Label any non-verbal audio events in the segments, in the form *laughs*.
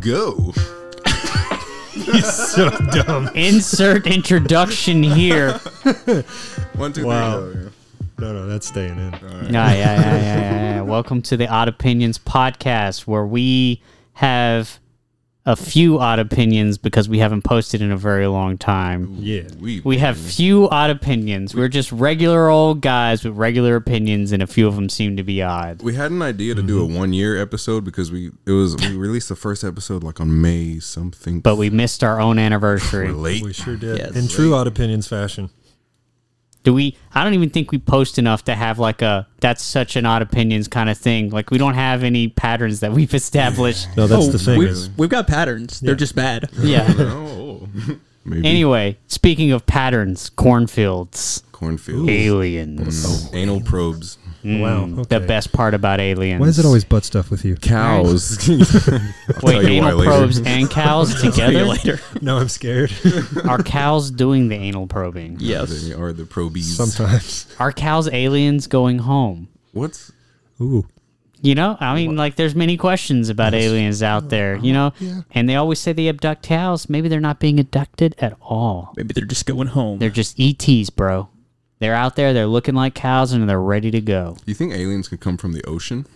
go. He's so dumb. Insert introduction here. One, two, three, Wow. go. No, no, that's staying in. Yeah, yeah, yeah, yeah, yeah, yeah. Welcome to the Odd Opinions podcast, where we have a few odd opinions because we haven't posted in a very long time. Yeah. We, We have few odd opinions. We're just regular old guys with regular opinions, and a few of them seem to be odd. we had an idea to do a one year episode because we it was we released the first episode like on May something, But we missed our own anniversary. we're late. We sure did. Yes. in true odd opinions fashion. Do we? I don't even think we post enough to have like a that's such an odd opinions kind of thing. Like we don't have any patterns that we've established. No, that's Oh, the thing. We've, is- we've got patterns. They're *laughs* just bad. Yeah. oh, *laughs* maybe Anyway, speaking of patterns, cornfields, cornfield, aliens. Mm, anal probes, Oh, wow. The okay. best part about aliens. Why is it always butt stuff with you? cows. I'll Wait, tell you why anal later. probes and cows See you *laughs* together? later. No, *laughs* I'm scared. Are cows doing the anal probing? *laughs* Yes. They are the probies. Sometimes. Are cows aliens going home? What's Ooh. You know, I mean, like, there's many questions about aliens out there, you know? And they always say they abduct cows. Maybe they're not being abducted at all. Maybe they're just going home. They're just ETs, bro. They're out there, they're looking like cows, and they're ready to go. do you think aliens could come from the ocean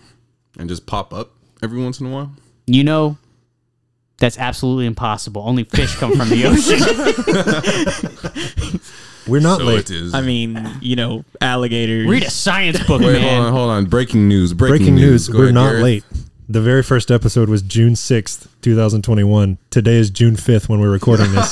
and just pop up every once in a while? You know, that's absolutely impossible. Only fish come from the ocean. We're not so late. it is. I mean, you know, alligators. Read a science book, Wait, man. hold on, hold on. Breaking news. Breaking, Breaking news. Go We're ahead, not Gareth. late. The very first episode was June 6th, 2021. Today is June 5th when we're recording *laughs* this. this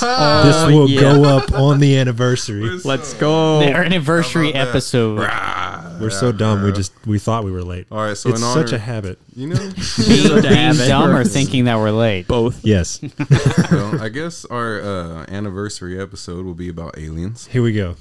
will Oh, yeah. go up on the anniversary. Let's go. Their anniversary about that? episode. Ah. We're so dumb. We just we thought we were late. All right, so it's in such honor- a habit. You *laughs* know, *laughs* Being, Such a being habit. dumb or thinking that we're late. both. Yes. well, I guess our uh, anniversary episode will be about aliens. Here we go.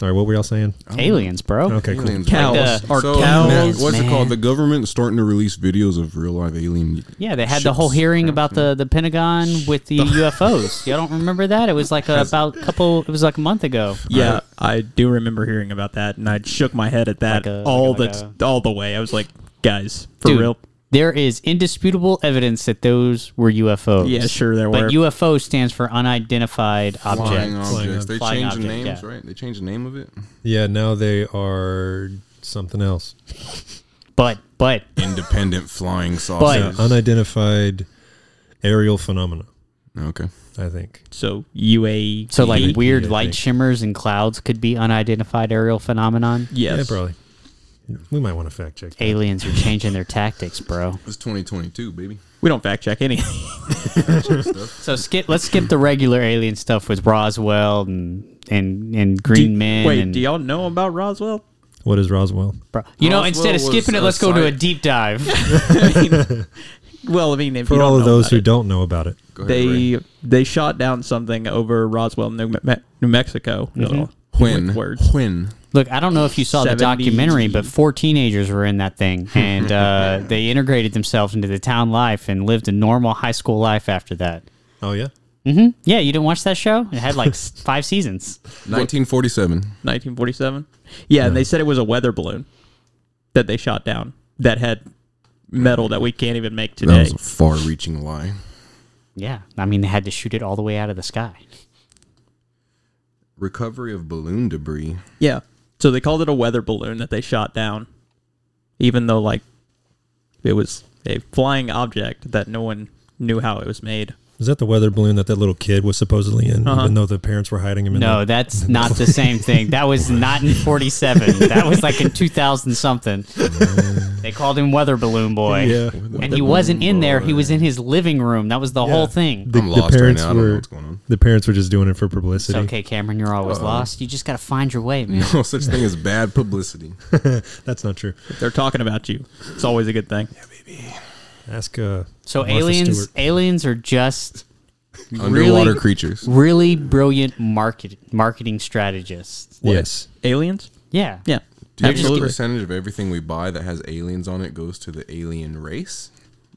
All right, what were y'all saying? Aliens, bro. Okay, cool. Aliens. Cows. Like the- are So, cows. what's it man. called? The government's starting to release videos of real live alien. Yeah, they had the whole hearing about the, the Pentagon with the UFOs. Y'all don't remember that? It was like a, about a couple. It was like a month ago. Yeah, I do remember hearing about that, and I shook my head at that Like a- all like the a- all the way. I was like, guys, for Dude, real. There is indisputable evidence that those were UFOs. Yeah, sure there But were. UFO stands for unidentified Flying object. objects. Flying They Flying changed the object, names, yeah. right? They changed the name of it. Yeah, now they are something else. But but Independent flying Yeah, saucers. saucers. unidentified aerial phenomena, Oh, okay. I think. So E. UA. so like weird Yeah, I light think. shimmers and clouds could be unidentified aerial phenomenon. Yeah, Yes. probably. We might want to fact check. that. Aliens are changing their tactics, bro. It's 2022, baby. we don't fact check anything. So skip. Let's skip the regular alien stuff with Roswell and and and Green Men. *laughs* Wait, and, do y'all know about Roswell? What is Roswell? Bro, you know, Roswell instead of was skipping it, a let's go to a site- deep dive. Well, I mean, if For you don't all of know those about who it, don't know about it, Go ahead, Ray. they they shot down something over Roswell, New, Me- New Mexico. Mm-hmm. when Words. when Look, I don't know if you saw the 70. documentary, but four teenagers were in that thing, and uh, they integrated themselves into the town life and lived a normal high school life after that. oh yeah, Yeah, you didn't watch that show? It had like s- five seasons. 1947. 1947. Yeah, and they said it was a weather balloon that they shot down that had metal that we can't even make That today. was a far-reaching lie. Yeah, I mean, they had to shoot it all the way out of the sky. Recovery of balloon debris. yeah. So they called it a weather balloon that they shot down, even though like it was a flying object that no one knew how it was made. is that the weather balloon that that little kid was supposedly in, even though the parents were hiding him? in Uh-huh. No, the- that's *laughs* not the same thing. That was not in 47. That was like in *laughs* 2000 something. They called him Weather Balloon Boy. yeah, And he wasn't in there. He was in his living room. That was the whole thing. the, I'm the lost right parents now. I don't know were what's going on. *laughs* the parents were just doing it for It's publicity. okay, Cameron. You're always lost. You just got to find your *laughs* way, man. No Oh, such thing as bad publicity. That's not true. If they're talking about you. It's always a good thing. Ask uh, So Martha aliens, Stewart. aliens are just Underwater really, creatures. really brilliant market marketing strategists. Yes, Aliens? Yeah, Yeah. Do you know the absolutely. percentage of everything we buy that has aliens on it goes to the alien race?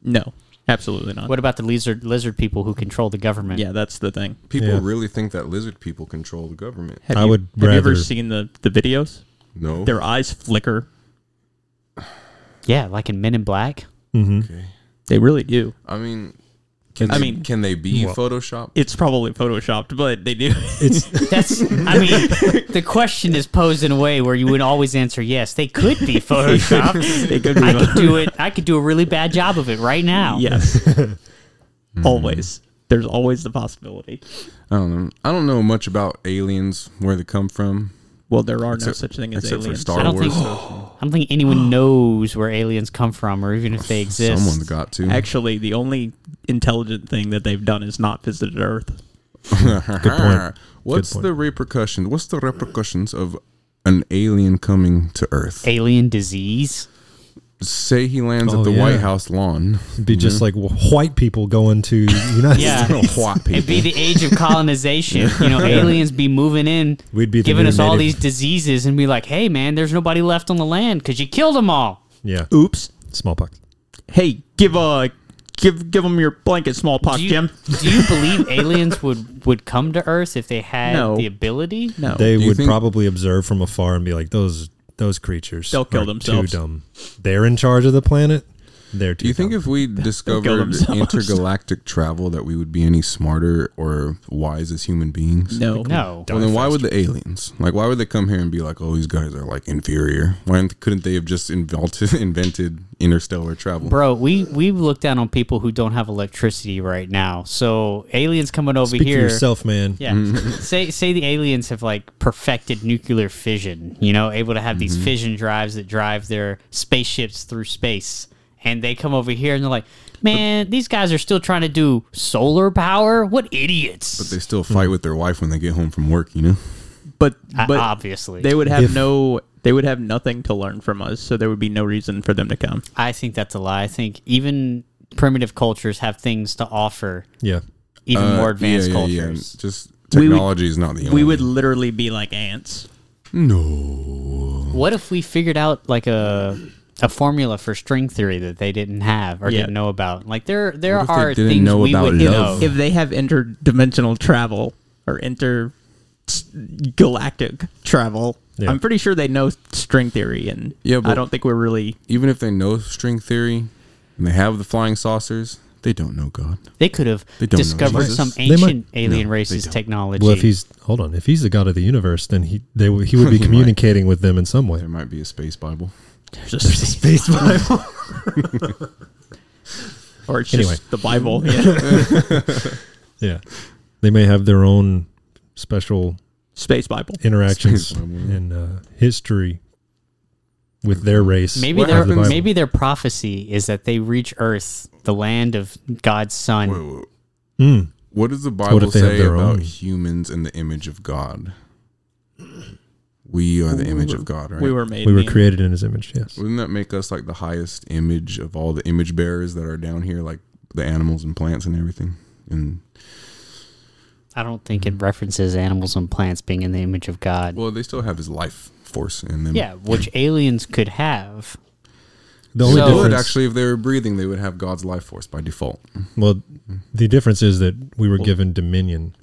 No. Absolutely not. What about the lizard lizard people who control the government? Yeah, that's the thing. People Yeah. really think that lizard people control the government. Have I you, would have you ever rather- seen the, the videos? No. Their eyes flicker. yeah, like in Men in Black. okay. They really do. I mean, Can I they- mean- can they be Well- Photoshop? It's probably photoshopped, but they do. *laughs* It's That's, I mean, *laughs* the question is posed in a way where you would always answer yes. They could be photoshopped. *laughs* they could be I could photo- do it. I could do a really bad job of it right now. *laughs* Yes. Hmm. always. There's always the possibility. I don't know. I don't know much about aliens, where they come from, Well, there are no Except- such thing as except for aliens. Star I don't think. Wars. I don't think *gasps* anyone knows where aliens come from, or even if they exist. Someone got to. *laughs* Actually, the only intelligent thing that they've done is not visited Earth. point. What's point. the repercussions? What's the repercussions of an alien coming to Earth? Alien disease. Say he lands Oh, at the yeah. White House lawn. *laughs* be just like wh- white people going to United Mm-hmm. Yeah. States. *laughs* White It'd be people. the *laughs* age of colonization. You know, aliens be moving in, We'd be the giving new us all native. these diseases, and be like, "Hey, man, there's nobody left on the land because you killed them all." Yeah, Oops. smallpox. Hey, give a give give them your blanket smallpox, do you, Jim. do you believe *laughs* aliens would would come to Earth if they had No. the ability? No. They you would think- probably observe from afar and be like, "Those those creatures, They'll kill are themselves." Too dumb. They're in charge of the planet. They're too. Do you think dumb. if *laughs* we discovered themselves. *laughs* intergalactic travel that we would be any smarter or wise as human beings? no. No. Well, Die then why would the aliens like? Why would they come here and be like, "Oh, these guys are like inferior"? Why didn't- couldn't they have just invented, *laughs* invented interstellar travel? Bro, we we look down on people who don't have electricity right now. So aliens coming over speak here. for yourself, Mm-hmm. man? Yeah. say say the aliens have like perfected nuclear fission, you know, able to have these Mm-hmm. fission drives that drive their spaceships through space. And they come over here and they're like, Man, these guys are still trying to do solar power? What idiots. They still fight Hmm. with their wife when they get home from work, you know. But O- but obviously. they would have If- no they would have nothing to learn from us, so there would be no reason for them to come. I think that's a lie. I think even primitive cultures have things to offer Yeah. even Uh, more advanced cultures. Just We would- technology is not the only. We would literally be like ants. no. What if we figured out like a a formula for string theory that they didn't have or Yeah. didn't know about? Like there there What if they are didn't things know we about would love? know. If they have interdimensional travel or inter galactic travel, Yeah. I'm pretty sure they know string theory and Yeah, but- I don't think we're really Even if they know string theory and they have the flying saucers, they don't know God. They could have They don't know discovered Jesus. some They might- ancient alien No, races they don't. technology. Well, if he's hold on, if he's the god of the universe, then he they w- he would *laughs* be might. communicating with them in some *laughs* way. There might be a space Bible. there's a space Bible. *laughs* or it's just Anyway. the Bible. Yeah. *laughs* Yeah, they may have their own special space Bible. interactions Space Bible, yeah. and uh, history with their race. maybe What their happens- maybe their prophecy is that they reach Earth, the land of God's Son. Wait, wait, wait. Mm. What does the Bible if they have say their about own? humans and the image of God? We are the image of God, right? We were made. we were in the- created in his image. Yes. Wouldn't that make us like the highest image of all the image bearers that are down here, like the animals and plants and everything? And I don't think Mm-hmm. it references animals and plants being in the image of God. well, they still have his life force in them. yeah, which aliens could have. The only So- They would difference, actually, if they were breathing, they would have God's life force by default. well, the difference is that we were given dominion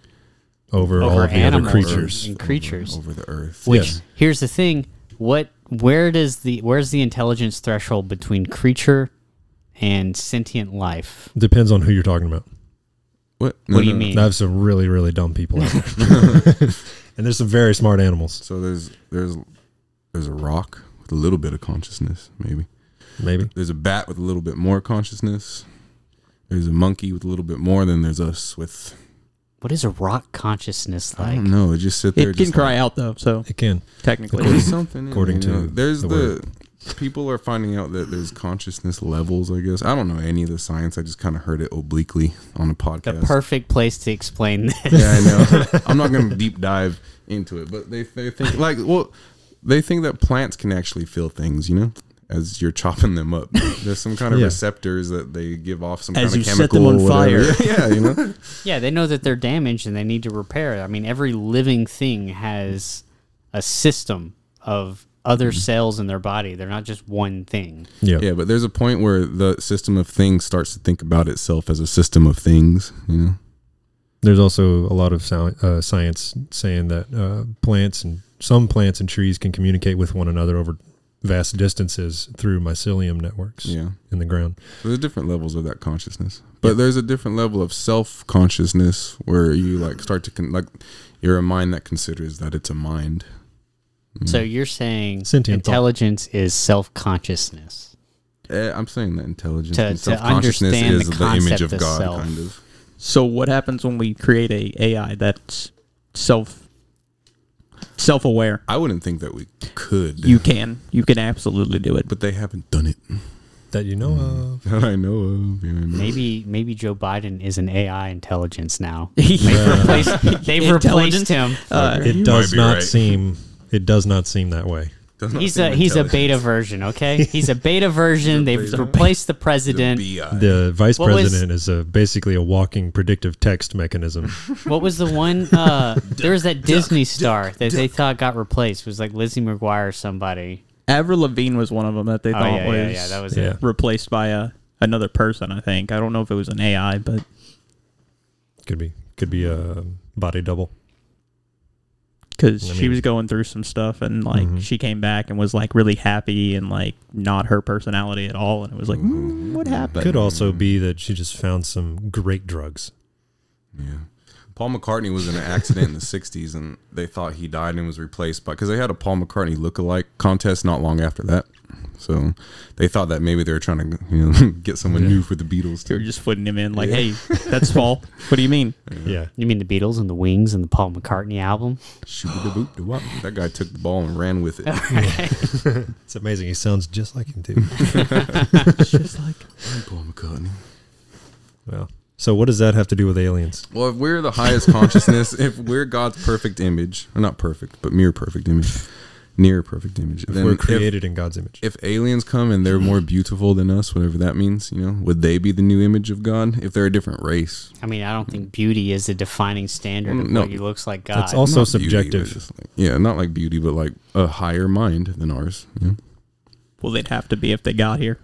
over, all Over of the other animals. creatures. And creatures. over, over the earth. Which Yes. here's the thing: what where does the where's the intelligence threshold between creature and sentient life? Depends on who you're talking about. What? what do you mean? I have some really, really dumb people out there, *laughs* *laughs* and there's some very smart animals. So there's there's there's a rock with a little bit of consciousness, maybe. Maybe There's a bat with a little bit more consciousness. There's a monkey with a little bit more. Then there's us with What is a rock consciousness I like? don't know. It just sit there. It can just cry out though, so it can. technically. There's something. in According it, you to know. there's the the, word. people are finding out that there's consciousness levels. I guess I don't know any of the science. I just kind of heard it obliquely on a The podcast. perfect place to *laughs* explain this. yeah, I know. I'm not going to deep dive into it, but they they think like well, they think that plants can actually feel things. You know. As you're chopping them up, there's some kind of Yeah. receptors that they give off some kind As you of chemical. set them on or whatever. *laughs* fire. yeah, you know. Yeah, they know that they're damaged and they need to repair it. I mean, every living thing has a system of other Mm-hmm. cells in their body. They're not just one thing. Yeah. Yeah, but there's a point where the system of things starts to think about itself as a system of things. You know, There's also a lot of sci- uh, science saying that uh, plants and some plants and trees can communicate with one another over vast distances through mycelium networks Yeah. in the ground. So there's different levels of that consciousness, but there's a different level of self consciousness where you like start to con- like you're a mind that considers that it's a mind. Mm-hmm. So you're saying Sentient thought. intelligence is self consciousness. Eh, I'm saying that intelligence To- and to self consciousness understand the is the, image concept of of God, self. kind of. *laughs* So what happens when we create a AI that's self self aware? I wouldn't think that we could, You can. You can absolutely do it. but they haven't done it *laughs* That you know uh, of. that I know of. you know. Maybe maybe Joe Biden is an AI intelligence now. *laughs* Yeah. Replace- they've replaced Intelligence? him. Uh, It You does might be not right. seem it does not seem that way. Does not He's seem a he's a intelligent. beta version. Okay, he's a beta version. they've beta. replaced the He's a president. BI. The vice What was- president is a, basically a walking predictive text *laughs* mechanism. What was the one? Uh, there was that Disney star that they thought got replaced. It was like Lizzie McGuire or somebody. Avril Lavigne was one of them that they Oh thought yeah, was, yeah, yeah, that was yeah. it. replaced by a another person. I think. I don't know if it was an AI, but Could be could be a body double. because I she mean- was going through some stuff and like Mm-hmm. Mhm. she came back and was like really happy and like not her personality at all. And it was like, Mm-hmm. mm, what happened? Could also be that she just found some great drugs. Yeah. Paul McCartney was in an accident in the 60s and they thought he died and was replaced by because they had a Paul McCartney lookalike contest not long after that. So they thought that maybe they were trying to you know, *laughs* get someone new for the Beatles *gasps* They were too. just footing him in like, hey, *laughs* that's Paul. What do you mean? Yeah. You mean the Beatles and the Wings and the Paul McCartney album? Shoo-ba-da-boop-da-wop. That guy took the ball and ran with it. It's amazing. He sounds just like *laughs* him too. just like Paul McCartney. well. So what does that have to do with aliens? Well, if we're the highest consciousness, *laughs* if we're God's perfect image, or not perfect, but mere perfect image, near perfect image, If then we're if- created in God's image. if aliens come and they're Mm-hmm. more beautiful than us, whatever that means, you know, would they be the new image of God if they're a different race? I mean, I don't think beauty is the defining standard of No. what he looks like. God, That's also Not beauty, but subjective. just like- yeah, not like beauty, but like a higher mind than ours. you know? Well, they'd have to be if they got here.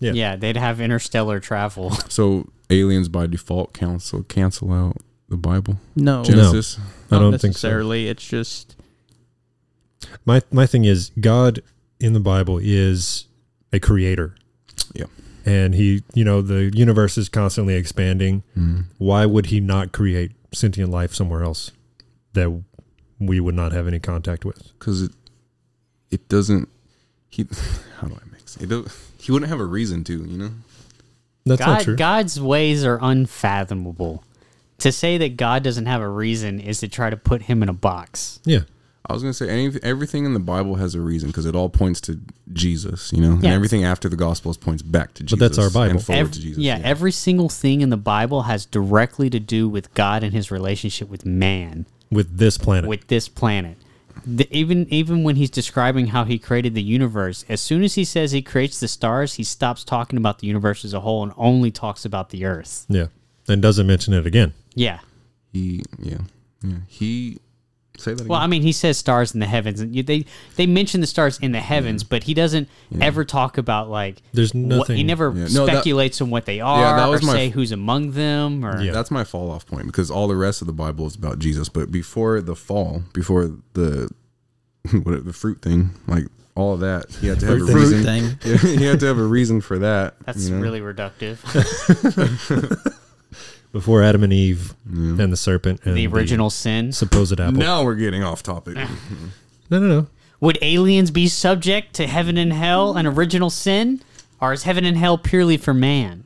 yeah. yeah, they'd have interstellar travel. So aliens by default cancel cancel out the Bible, No, Oh, Genesis. I not don't think so. necessarily. It's just My my thing is God in the Bible is a creator. Yeah. And he, you know, the universe is constantly expanding. Why would he not create sentient life somewhere else that we would not have any contact with? because it it doesn't. He *laughs* how do I mix it? don't- He wouldn't have a reason to, you know. That's not true. God, God's ways are unfathomable. To say that God doesn't have a reason is to try to put him in a box. Yeah. I was gonna say any, everything in the Bible has a reason because it all points to Jesus, you know, and Yes. everything after the Gospels points back to Jesus. But that's our Bible. and forward Ev- to Jesus. yeah, every single thing in the Bible has directly to do with God and his relationship with man, With this planet. with this planet. The, even even when he's describing how he created the universe, as soon as he says he creates the stars, he stops talking about the universe as a whole and only talks about the earth. yeah. And doesn't mention it again. Yeah. he, yeah, yeah, he. Say that again. Well, I mean, he says stars in the heavens, and you- they they mention the stars in the heavens, but he doesn't ever talk about like There's What, he nothing- never Yeah. No, that- speculates on what they are, that was or my- say who's among them, or Yeah. That's my fall off point because all the rest of the Bible is about Jesus. But before the fall, before the *laughs* what the fruit thing, like all of that, he had to have a Fruit reason. *laughs* thing. he had to have a reason for that. that's you know? really reductive. Before Adam and Eve and the serpent and the original sin. supposed apple. Now we're getting off *laughs* topic. no, no. no. Would aliens be subject to heaven and hell, an original sin, or is heaven and hell purely for man?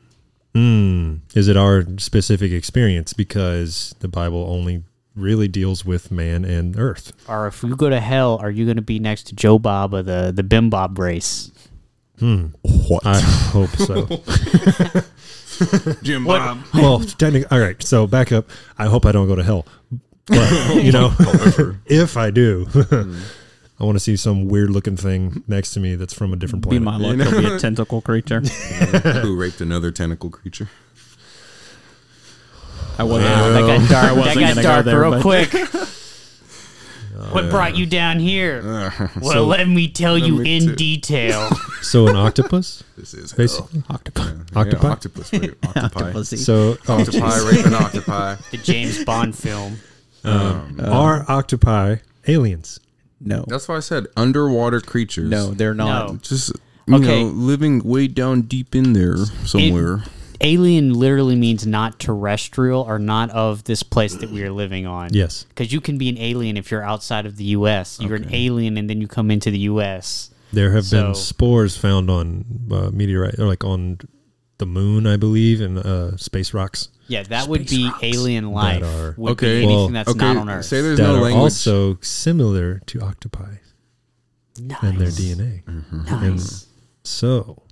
is it our specific experience because the Bible only really deals with man and earth. Or if you go to hell, are you going to be next to Joe Bob of the the Bim Bob race? what, I hope *laughs* so. Jim Bob? *laughs* well, technically, all right. So back up. I hope I don't go to hell, but *laughs* you know, *laughs* if I do, I want to see some weird looking thing next to me that's from a different be planet. my luck. It'll be *laughs* a tentacle creature. Who raped another tentacle creature? *laughs* I wasn't. That got Oh, *laughs* I dark. wasn't That got gonna go dark there, real but- quick. *laughs* what brought you down here? Uh, well, let me tell you me in too. *laughs* detail. so *laughs* an octopus, This is hell. basically. Octopus. Yeah, Octopi? octopus, Oh, rape- octopi, Octopus-y. So uh, octopi, rape an octopi. the James Bond film. are octopi aliens? No. That's why I said underwater creatures. No, they're not. No. just you Okay. know, living way down deep in there somewhere. Alien literally means not terrestrial or not of this place that we are living on. Yes. Because you can be an alien if you're outside of the U.S. You're an alien and then you come into the U.S. There have So- been spores found on uh, meteorite, or like on the moon, I believe, and uh, space rocks. Yeah, that would be alien life. are- would Okay, be anything well, that's okay, not on Earth. say there's that no are language. also similar to octopi nice. and their DNA. Mm. Nice. So,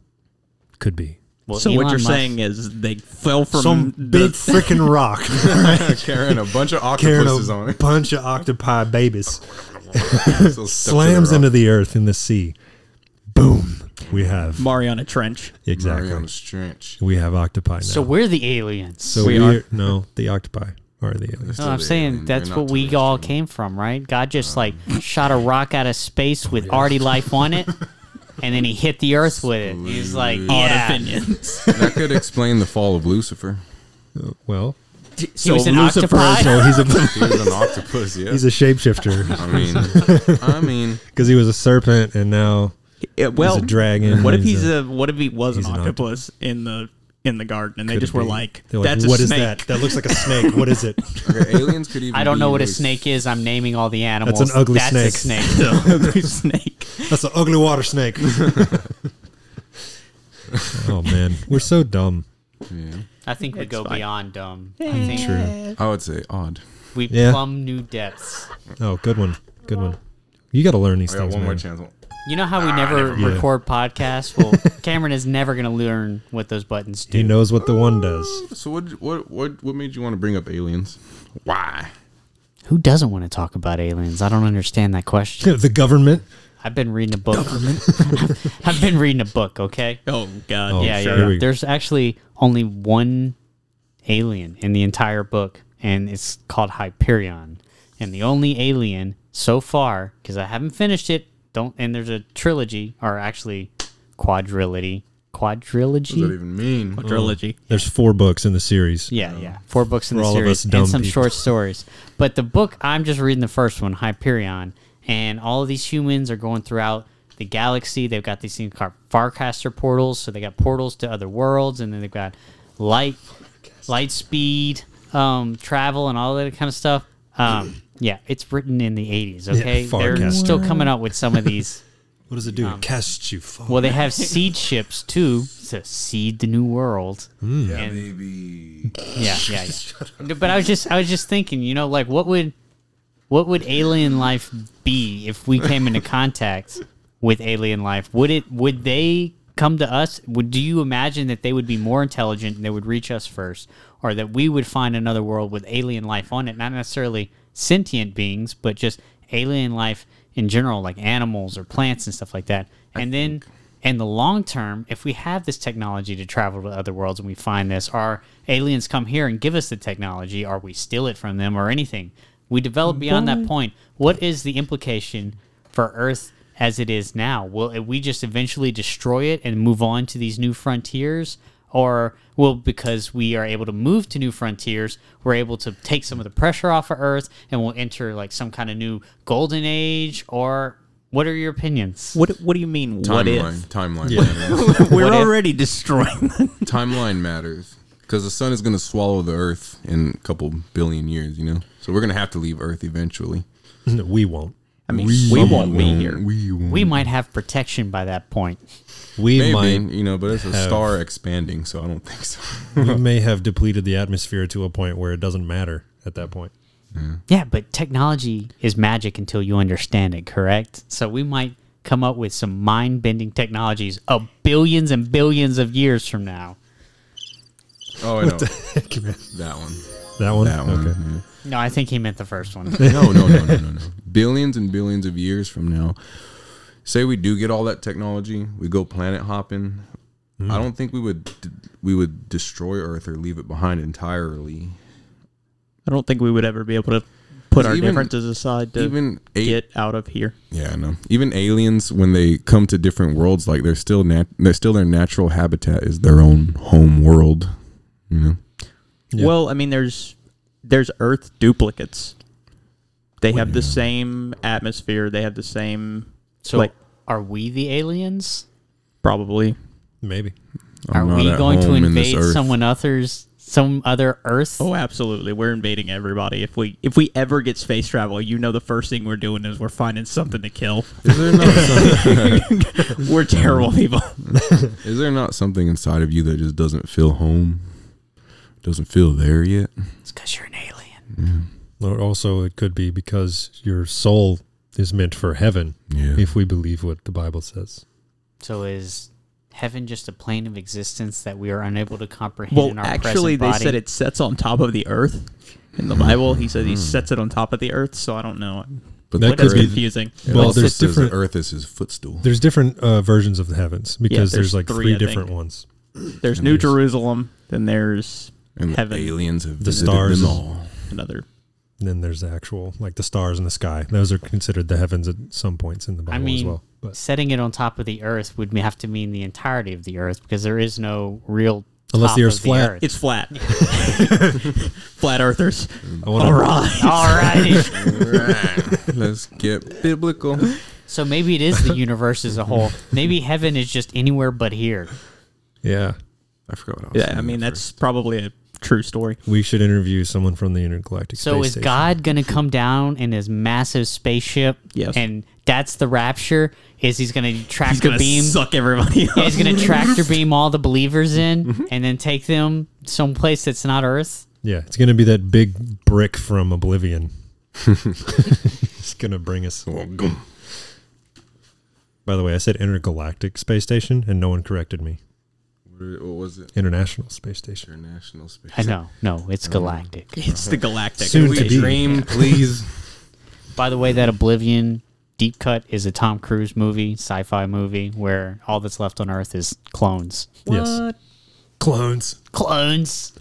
could be Well, So Elon what you're Musk- saying is they fell from some the- big *laughs* freaking rock *laughs* *laughs* carrying a bunch of carrying octopuses on *laughs* a bunch of octopi babies, it. So stuck to slams the into rock. the earth in the sea. Boom! We have Mariana Trench. exactly. Mariana's Trench. We have octopi now. So we're the aliens. So We we, are- are no the octopi are the aliens. No, I'm They're saying alien. that's They're not what we all came from, right? God just like shot a rock out of space with already life on it, and then he hit the earth with it. He's like, Odd yeah. *laughs* opinions. That could explain the fall of Lucifer. Uh, Well, He was an octopi. so he's a *laughs* He was an octopus, yeah. he's a shapeshifter I mean, I mean, because he was a serpent and now Yeah, well, dragon, What if he's he's a, what if he was an he's an octopus in the in the garden and they could just it were be? like, They're that's "What a is snake. that? *laughs* That looks like a snake. What is it? okay, aliens could even. I don't know be what a those- snake is. I'm naming all the animals. ugly That's snake. a snake. *laughs* The snake. That's an ugly water *laughs* snake." oh man, we're so dumb. I think we go fine. beyond dumb. I think True. I would say odd. we Yeah. plumb new depths. Oh, good one. Good one. You got to learn these I got things. one more man. chance. You know how we never, mind. record *laughs* podcasts? Well, Cameron is never going to learn what those buttons do. He knows what the one does. *laughs* So what? What? What? What made you want to bring up aliens? Why? Who doesn't want to talk about aliens? I don't understand that question. *laughs* the government. I've been reading a book. *laughs* I've been reading a book, okay? Oh god. Oh, yeah. Yeah, sure. yeah, Here we go. yeah. There's actually only one alien in the entire book, and it's called Hyperion. And the only alien so far, because I haven't finished it, don't. And there's a trilogy, or actually quadrilogy, What does that quadrilogy. even mean? Trilogy. There's four books in the series. Yeah, yeah. Four books in For the all of us series dumb and some people. short stories. But the book I'm just reading the first one, Hyperion, and all of these humans are going throughout the galaxy. They've got these things called Farcaster portals, so they got portals to other worlds, and then they've got light, light speed, um, travel, and all that kind of stuff. *clears throat* Um, yeah, it's written in the 80s. Okay, they're Farcaster. still coming up with some *laughs* of these. What does it do? Um, it casts you far. Well, they have seed ships too to seed the new world. Yeah, And- maybe. yeah, yeah, yeah. But I was just, I was just thinking, you know, like what would, what would alien life be if we came into contact with alien life? Would it, would they come to us? Would do you imagine that they would be more intelligent and they would reach us first, or that we would find another world with alien life on it? Not necessarily sentient beings, but just alien life in general, like animals or plants and stuff like that. And then in the long term, if we have this technology to travel to other worlds and we find this, our aliens come here and give us the technology, or we steal it from them, or anything. We develop beyond that point. What is the implication for Earth as it is now? Will we just eventually destroy it and move on to these new frontiers? Or will because we are able to move to new frontiers, we're able to take some of the pressure off of Earth and we'll enter like some kind of new golden age? Or what are your opinions? What what do you mean what Timeline. if? Timeline. matters. *laughs* *laughs* We're What if- already destroying them. timeline matters because the sun is going to swallow the Earth in a couple billion years. You know, so we're going to have to leave Earth eventually. *laughs* No, we won't. I mean we, won't be here. We won't. We might have protection by that point. We Maybe *laughs* might. you know, but it's a have- star expanding, so I don't think *laughs* so. we may have depleted the atmosphere to a point where it doesn't matter at that point. *laughs* Yeah, but technology is magic until you understand it, correct? So we might come up with some mind bending technologies of billions and billions of years from now. Oh, I know that that one. one. That one. Okay. yeah. No, I think he meant the *laughs* first one. no, no, no, no, no, *laughs* no. Billions and billions of years from now, say we do get all that technology, we go planet hopping. I don't think we would we would destroy Earth or leave it behind entirely. I don't think we would ever be able to put our Even- differences aside to Even eight, get out of here. yeah, I know. Even aliens, when they come to different worlds, like they're still nat- they're still their natural habitat is their own home world. You know, Yeah. Well, I mean there's there's Earth duplicates. They have the same atmosphere. They have the same So like are we the aliens? probably. Maybe. Are I'm not we at going to home in this invade earth. someone other's some other Earth? Oh, absolutely. We're invading everybody. If we if we ever get space travel, you know the first thing we're doing is we're finding something *laughs* to kill. *laughs* Is there not some- We're terrible people. is there not something inside of you that just doesn't feel home? Doesn't feel there yet? It's because you're an alien. Or also, it could be because your soul is meant for heaven, Yeah. if we believe what the Bible says. So is heaven just a plane of existence that we are unable to comprehend Well, in our actually, present they body? said it sets on top of the earth. In the Bible, he said he sets it on top of the earth. So I don't know. But Hmm. the That could That's earth, be- confusing. Well, well, there's there's different. different- The earth is his footstool. There's different uh, versions of the heavens because there's there's, like three, three, I different think. ones. There's And New there's- Jerusalem. Then there's And heaven. the aliens have The visited stars is- them all. *laughs* another. And then there's the actual, like the stars in the sky. Those are considered the heavens at some points in the Bible I as mean, well. But setting it on top of the Earth would have to mean the entirety of the Earth because there is no real Unless top the Earth's of flat. Earth. It's flat. *laughs* flat earthers. I wanna- All *laughs* *laughs* right. All righty. Right. Let's get biblical. So maybe it is the universe as a whole. Maybe heaven is just anywhere but here. yeah, I forgot what I was Yeah, I saying mean at that's probably a true story. we should interview someone from the intergalactic. So Space is Station. God going to come down in his massive spaceship? Yes. And that's the rapture? Is he's going to He's tractor gonna beam? suck everybody. Up. Yeah, *laughs* he's going to tractor beam all the believers in Mm-hmm. and then take them someplace that's not Earth? Yeah, it's gonna be that big brick from Oblivion. *laughs* it's gonna bring us. first. Oh, By the way, I said intergalactic space station, and no one corrected me. What was it? International space station. International space. I know. No, it's Uh, galactic. *laughs* It's the galactic. Soon We to be. dream, *laughs* please. By the way, that Oblivion deep cut is a Tom Cruise movie, sci fi movie, where all that's left on Earth is clones. Yes. Clones. Clones!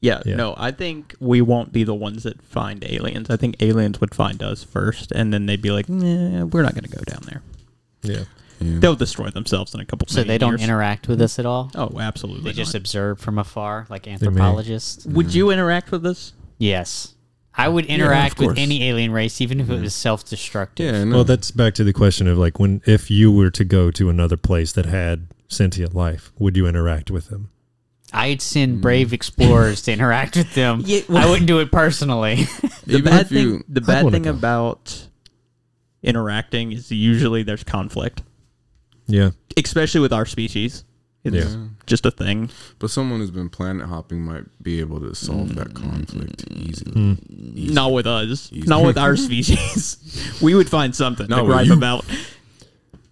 Yeah, Yeah. no, I think we won't be the ones that find aliens. I think aliens would find us first, and then they'd be like, nah, "We're not going to go down there." Yeah. Yeah. They'll destroy themselves in a couple. So they don't years. interact with us at all? Oh, absolutely. They just not. observe from afar, like may. anthropologists? Mm-hmm. would you interact with us? Yes. I would interact with course. any alien race, even if it was self destructive. Yeah, no. Well, that's back to the question of like when if you were to go to another place that had sentient life, would you interact with them? I'd send brave explorers to interact with them. *laughs* Yeah, well- I wouldn't do it personally. The Even bad if you- thing. The I'd bad wanna thing go. about interacting is usually there's conflict, Yeah. especially with our species. It's Yeah. just a thing. but someone who's been planet hopping might be able to solve that Mm-hmm. conflict easily. *laughs* Not with us. Not with *laughs* our species. we would find something Not to with gripe you. about.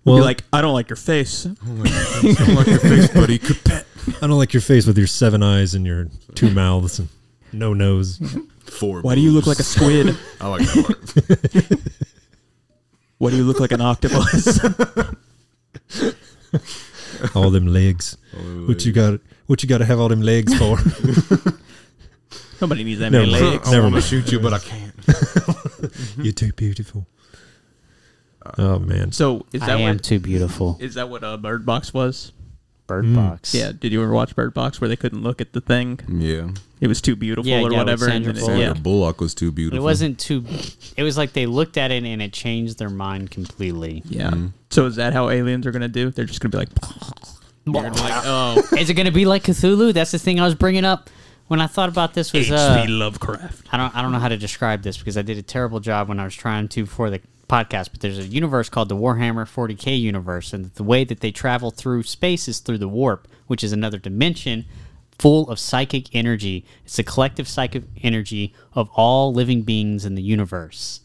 We'd be like, I don't like your face. like your face, buddy. Kapet. I don't like your face with your seven eyes and your two mouths and no nose. Four. Why do you look like a boobs. *laughs* squid? I like that part. Why do you look like an octopus? *laughs* all them legs. What you got what you gotta have all them legs for? Nobody needs that Never many mind. legs. I Never want to mind. shoot you, but I can't. You're too beautiful. Oh man. *laughs* So is I that am what too beautiful. is that what a bird box was? Bird Box. Yeah. Did you ever watch Bird Box where they couldn't look at the thing? Yeah. It was too beautiful Yeah, yeah, or with whatever. and Sandra then it- Bullock. Sandra yeah. Bullock was too beautiful. It wasn't too. It was like they looked at it and it changed their mind completely. Yeah. So is that how aliens are gonna do? They're just gonna be like, oh, Is it going to be like Cthulhu? That's the thing I was bringing up when I thought about this. Was uh, H.P. Lovecraft. I don't I don't know how to describe this because I did a terrible job when I was trying to for the podcast. But there's a universe called the Warhammer 40k universe, and the way that they travel through space is through the warp, which is another dimension full of psychic energy. It's the collective psychic energy of all living beings in the universe.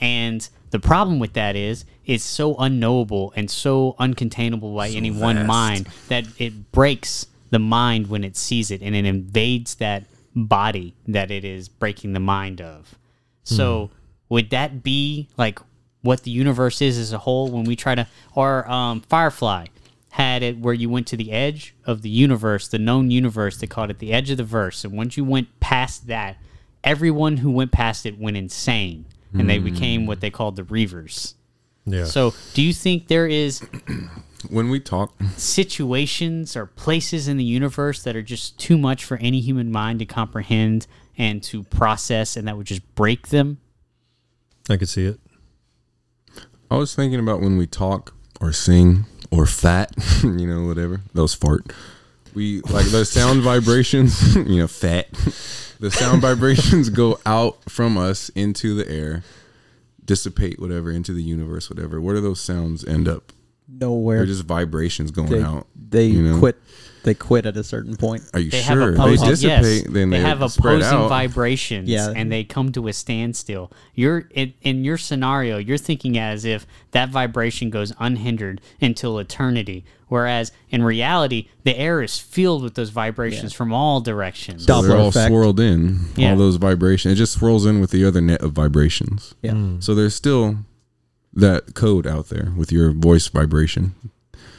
And the problem with that is it's so unknowable and so uncontainable by any one mind that it breaks the mind when it sees it and it invades that body that it is breaking the mind of. So would that be like what the universe is as a whole when we try to or um, Firefly had it where you went to the edge of the universe, the known universe, they called it the edge of the verse. And once you went past that, everyone who went past it went insane. And they became what they called the Reavers. Yeah. So, do you think there is When we talk, situations or places in the universe that are just too much for any human mind to comprehend and to process, and that would just break them. I could see it. I was thinking about when we talk or sing or fat, *laughs* you know, whatever. Those fart. We like the sound vibrations, *laughs* you know, fat. The sound vibrations go out from us into the air, dissipate whatever into the universe, whatever. Where do those sounds end up? Nowhere. They're just vibrations going they out. they you know? quit. They quit at a certain *laughs* point. Are you They sure? have opposing they dissipate, yes. then they, have spread opposing out. vibrations, Yeah. and they come to a standstill. You're in, in your scenario, you're thinking as if that vibration goes unhindered until eternity, whereas in reality, the air is filled with those vibrations from all directions. So they're Doppler all effect. swirled in. Yeah. All those vibrations. It just swirls in with the other net of vibrations. Yeah. So there's still that code out there with your voice vibration,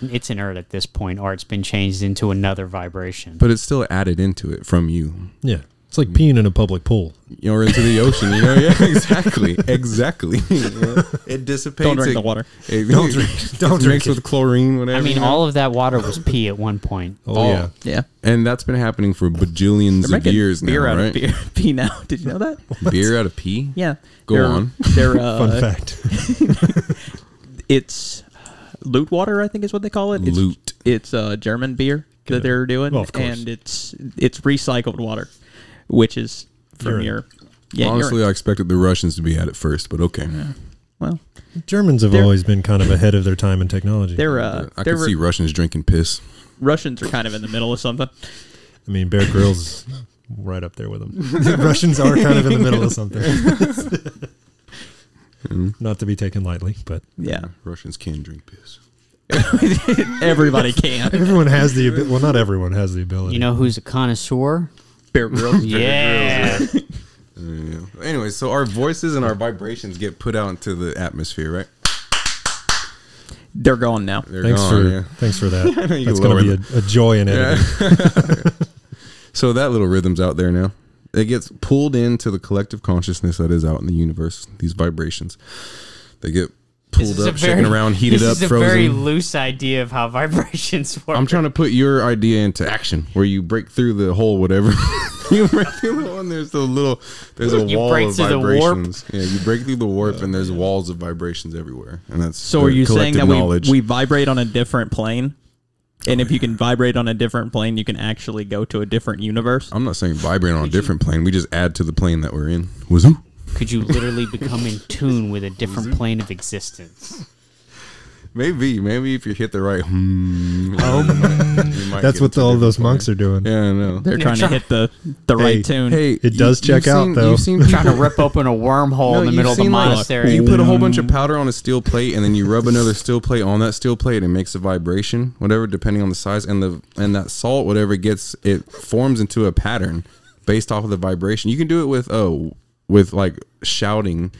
It's inert at this point, or it's been changed into another vibration. but it's still added into it from you Yeah. It's like peeing in a public pool. or into the ocean. You know, yeah, exactly, exactly. Yeah. It dissipates. Don't drink it- the water. It, don't drink. don't drink it. with chlorine. Whatever. I mean, you know? all of that water was pee at one point. Oh, All. yeah. Yeah. and that's been happening for bajillions They're of making years beer now, out right? of beer, *laughs* pee now. Did you *laughs* know that? Beer out of *laughs* pee. Yeah. Go they're, on. *laughs* They're, Fun uh, fact. It's uh, loot water, I think is what they call it. It's, Loot. It's uh, German beer that they're doing, Well, of course. and it's it's recycled water, which is from Urine. your yeah. Honestly, urine. I expected the Russians to be at it first, but okay. well, Germans have They're- always been kind of ahead of their time in technology. they're uh, I they're can see Russians drinking piss. Russians are kind of in the middle of something. I mean, Bear Grylls is right up there with them. the Russians are kind of in the middle of something. *laughs* Not to be taken lightly, but Yeah, Russians can drink piss. *laughs* everybody can. everyone has the abi- well, not everyone has the ability. You know who's a connoisseur? Bear Grylls. Yeah. Yeah. Anyway, so our voices and our vibrations get put out into the atmosphere, right? They're gone now. They're thanks gone, for Oh, yeah. thanks for that. *laughs* you That's going to lowered be a, a joy in editing. *laughs* So that little rhythm's out there now. It gets pulled into the collective consciousness that is out in the universe. These vibrations, they get This pulled is a up, shaken very- *laughs* around, heated this up, is a very frozen. loose idea of how *laughs* vibrations work. I'm trying to put your idea into action, where you break through the hole, whatever. *laughs* you break through the hole, and there's the little, there's a You wall break of through the warp. vibrations. Yeah, you break through the warp, and there's walls of vibrations everywhere. And that's So are the you saying collective that we, knowledge. we vibrate on a different plane? And if you can vibrate on a different plane, you can actually go to a different universe. I'm not saying vibrate on a different plane. We just add to the plane that we're in. Wazoo. Could you literally *laughs* become in tune with a different plane of existence? Maybe, maybe if you hit the right hmm, *laughs* Oh, *laughs* you might That's get what to a all those different monks are doing. plane. Yeah, I know. They're trying to trying- hit the the Hey, right tune. Hey, It does check you've out, seen- though. You've seen Trying to rip open a wormhole in the you've middle of the seen, like, monastery. you put a whole bunch of powder on a steel plate, and then you rub another steel plate on that steel plate, and it makes a vibration, whatever, depending on the size, and the and that salt, whatever it gets, it forms into a pattern based off of the vibration. You can do it with oh, with like shouting.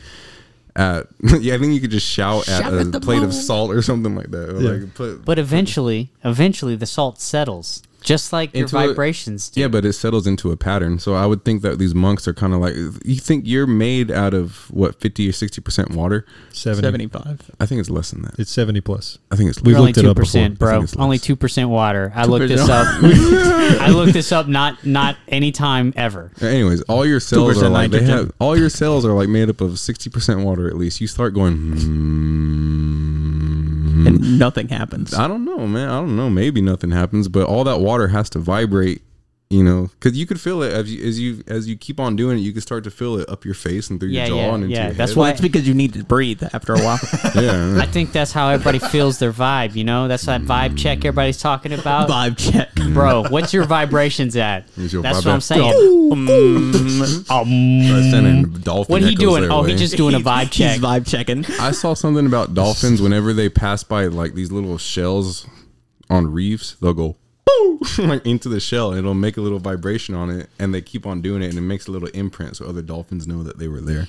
At, *laughs* yeah, I think you could just shout, at a plate of salt or something like that. Or Yeah. Like put *laughs* but eventually, eventually the salt settles, just like your Into a- vibrations do. Yeah, but it settles into a pattern. So I would think that these monks are kind of like you think you're made out of what fifty or sixty percent water. 70, 75. Mm. I think it's less than that. It's seventy plus. I think it's less. We We're only looked it two up before. percent, I bro. think it's less. Only two percent water. I looked this 2%. up. *laughs* I looked this up. Not not any time ever. Anyways, all your cells are 2% like they nitrogen. have all your cells are like made up of sixty percent water at least. You start going. "Hmm." And nothing happens. I don't know, man. I don't know. Maybe nothing happens, but all that water has to vibrate. You know, because you could feel it as you as you as you keep on doing it. You can start to feel it up your face and through Yeah, your jaw yeah, and into yeah. your That's head. well, it's because you need to breathe after a *laughs* while. yeah. *laughs* I think that's how everybody feels their vibe. You know, that's that vibe check everybody's talking about. Vibe check. Mm. *laughs* Bro, what's your vibrations at? Is your That's vibe what I'm at- saying. Mm. That's sending dolphin What he echoes doing? their Oh, he way. just doing a vibe check. He's vibe checking. I saw something about dolphins whenever they pass by like these little shells on reefs, they'll go "Boo!" *laughs* like into the shell and it'll make a little vibration on it and they keep on doing it and it makes a little imprint so other dolphins know that they were there.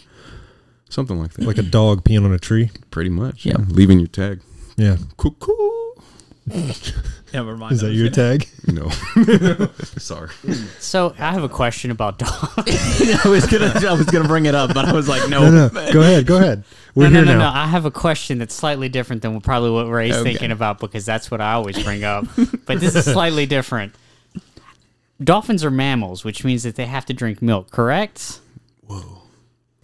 Something like that. Like a dog peeing on a tree. pretty much. Yep. Leaving your tag. Yeah. Cuckoo. Never mind. Is I that was your *laughs* gonna- tag? No. Sorry. So I have a question about dogs. I was gonna. I was gonna bring it up, but I was like, no. No, no. Go ahead. Go ahead. We're No, no, here no, no. now. I have a question that's slightly different than probably what Ray's Okay. thinking about because that's what I always bring up. But this is slightly different. dolphins are mammals, which means that they have to drink milk, correct? Whoa.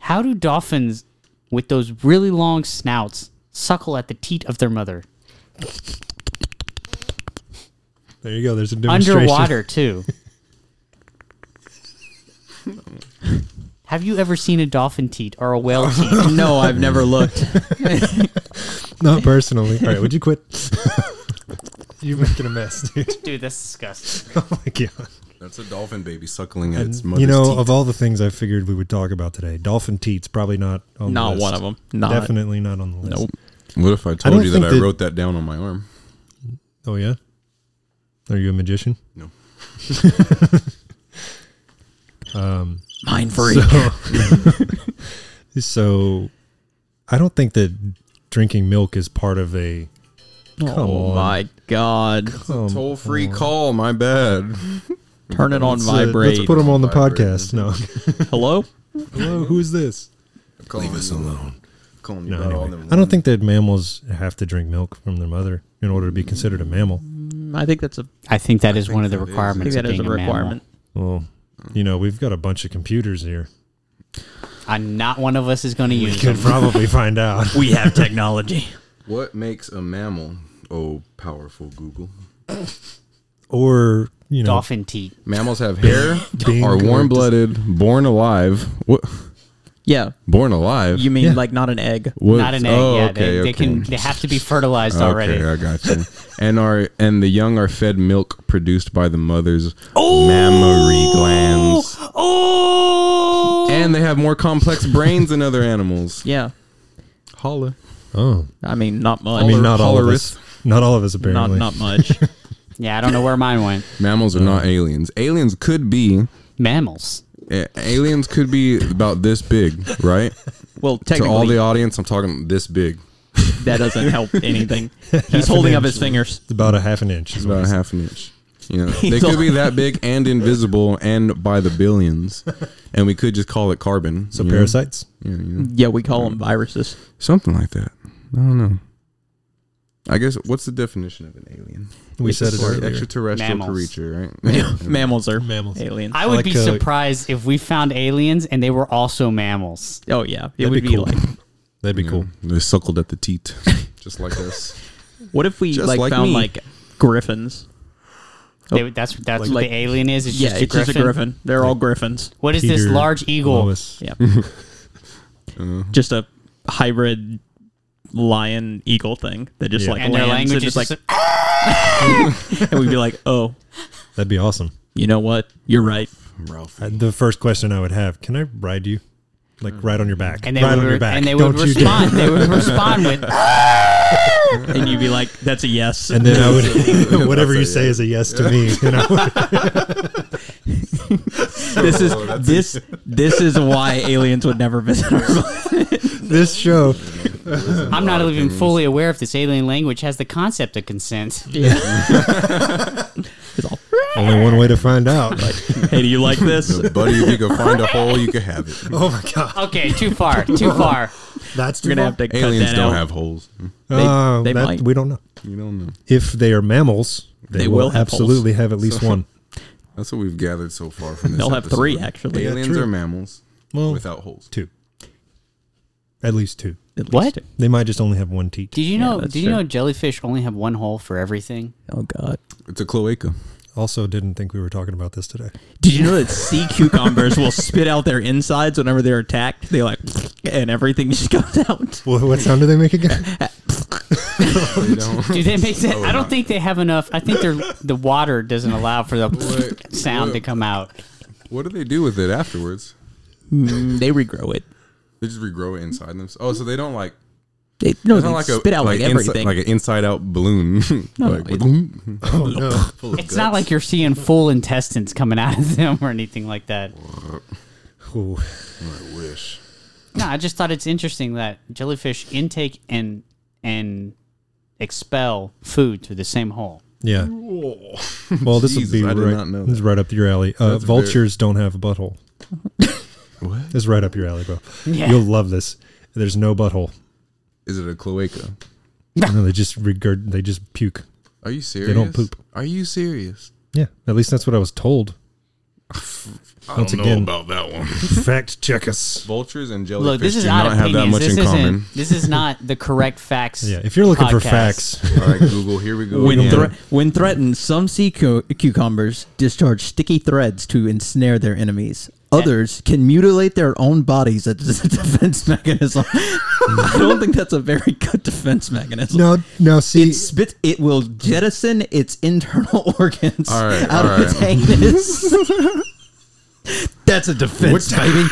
How do dolphins with those really long snouts suckle at the teat of their mother? There you go. There's a demonstration. Underwater, too. have you ever seen a dolphin teat or a whale *laughs* teat? no, I've never looked. *laughs* Not personally. All right, would you quit? *laughs* You're making a mess, dude. Dude, that's disgusting. *laughs* Oh my god. That's a dolphin baby suckling at its mother's You know, of teeth. all the things I figured we would talk about today, dolphin teats probably not on the *laughs* Not list. one of them. Not. Definitely not on the list. Nope. What if I don't told you that think I that- wrote that down on my arm? Oh yeah. Are you a magician? No. Mind free. So, I don't think that drinking milk is part of a. Come oh on. my god. Um, Toll free call. My bad. Turn it on let's, uh, vibrate. let's put them on the Vibrate. podcast. No. *laughs* Hello? Hello, who is this? Leave us alone. Calling you No, about all anyway. them. I don't think that mammals have to drink milk from their mother in order to be considered a mammal. I think that's a I think that is one of the that is. I requirements think that of is being a a, mammal. requirement. Well, you know, we've got a bunch of computers here. And Uh, not one of us is going *laughs* to We use could them. probably find *laughs* out. We have technology. What makes a mammal? Oh, powerful Google. Or, you know, Dolphin teat. Mammals have hair, Being are good. warm blooded, born alive. What? yeah. Born alive? You mean Yeah. like not an egg? *laughs* What- Not an egg. oh, yeah, okay, they, they can. okay. They have to be fertilized already. Okay, I got you. and are and the young are fed milk produced by the mother's mammary glands, Oh. and they have more complex brains than other *laughs* animals. Yeah. Holla! oh, I mean, not much. I mean, not all of Hollerith. us. Not all of us, not apparently. not much. Yeah, I don't know where mine went. Mammals are not aliens. Aliens could be. Mammals. a- aliens could be about this big, right? Well, to technically, all the audience, I'm talking this big, that doesn't help anything. He's holding up his fingers. It's about a half an inch. Is what about I said. half an inch. You know, *laughs* they could be that big and invisible and by the billions, and we could just call it carbon. so you know? parasites? Yeah, you know? Yeah, we call them viruses. Something like that. I don't know. I guess what's the definition of an alien? We It's said it just Or earlier. extraterrestrial Mammals. creature, Mam- *laughs* right? mammals are Mammals. aliens. I would Like, be uh, surprised if we found aliens and they were also mammals. oh yeah, it That'd would be be, cool. like. That'd be You cool. know, They suckled at the *laughs* teat, just like us. What if we Just like, like found me. like griffins? They, would- that's that's what like- the alien is. It's yeah, just a it's griffin. just a griffin. They're all griffins. What is this Peter large eagle? Lois. Yeah, just a hybrid lion eagle thing that just Yeah. like And their lands language and is just like, *laughs* just and we'd be like, oh, That'd be awesome. you know what? You're right. Ralph. Uh, The first question I would have: Can I ride you? Like ride on your back? and they ride would, on your re- back. and they would Don't you dare. respond. They would respond with And you'd be like, that's a yes. *laughs* And then I would, *laughs* whatever you That's a say yeah. is a yes to me. And I would, this is Oh, this *laughs* this is why aliens would never visit our planet. this show, I'm not even fully aware if this alien language has the concept of consent. It's all, *laughs* only one way to find out. Like, hey, do you like this? Buddy, if you can find a hole, you can have *laughs* it. oh my god, Okay, too far, too far. that's too We're gonna far. have to cut Aliens that don't out. have holes. they- Uh, they that- might. We don't know You don't know. if they are mammals. They, They will, will have holes. absolutely have at least So- one. That's what we've gathered so far *laughs* from this. They'll have episode. three, actually. Oh. Yeah, Aliens true. are mammals Well, without holes. two, at least two. At least What? two. They might just only have one teat. Did you know? that's did you true. know jellyfish only have one hole for *laughs* everything? Oh god. It's a *laughs* cloaca. Also, didn't think we were talking about this today. Did you know that sea cucumbers will spit out their insides whenever they're attacked? They like, and everything *laughs* just goes out. Well, what sound do they make again? They don't- Do they make that? Oh, I don't no. think they have enough. I think they're, the water doesn't allow *laughs* for the Wait, *laughs* sound to wait. come out. What do they do with it afterwards? Mm, they regrow it. They just regrow it inside themselves. Oh, so they don't like They no, it's they not like a spit out like, insi- everything. like an inside out balloon. *laughs* like, no, it- boom. Oh no. Full of It's not like guts. you're seeing full intestines coming out of *laughs* them or anything like that. Ooh. I wish. No, I just thought it's interesting that jellyfish intake and and expel food through the same hole. Yeah. *laughs* Well, this would Jesus, be I right, did not know this is right up your alley. Uh, That's very- vultures don't have a butthole. What? This is right up your alley, bro. Yeah. You'll love this. There's no butthole. Is it a cloaca? No, they just regurg. They just puke. Are you serious? don't poop. Are you serious? Yeah. At least that's what I was told. I Once don't know again- about that one. *laughs* Fact check us. Vultures and jellyfish Look, this is do not, not have that opinions. much this in isn't. *laughs* common. This is not the *laughs* correct facts. Yeah, if you're looking for podcast. facts, All right, Google, here we go. When, again. thre- when threatened, some sea cu- cucumbers discharge sticky threads to ensnare their enemies. Others can mutilate their own bodies as a *laughs* defense mechanism. *laughs* I don't think that's a very good defense mechanism. *laughs* no, no. See, It spit. It will jettison its internal *laughs* organs All right, out all of its right. anus. That's a defense, baby.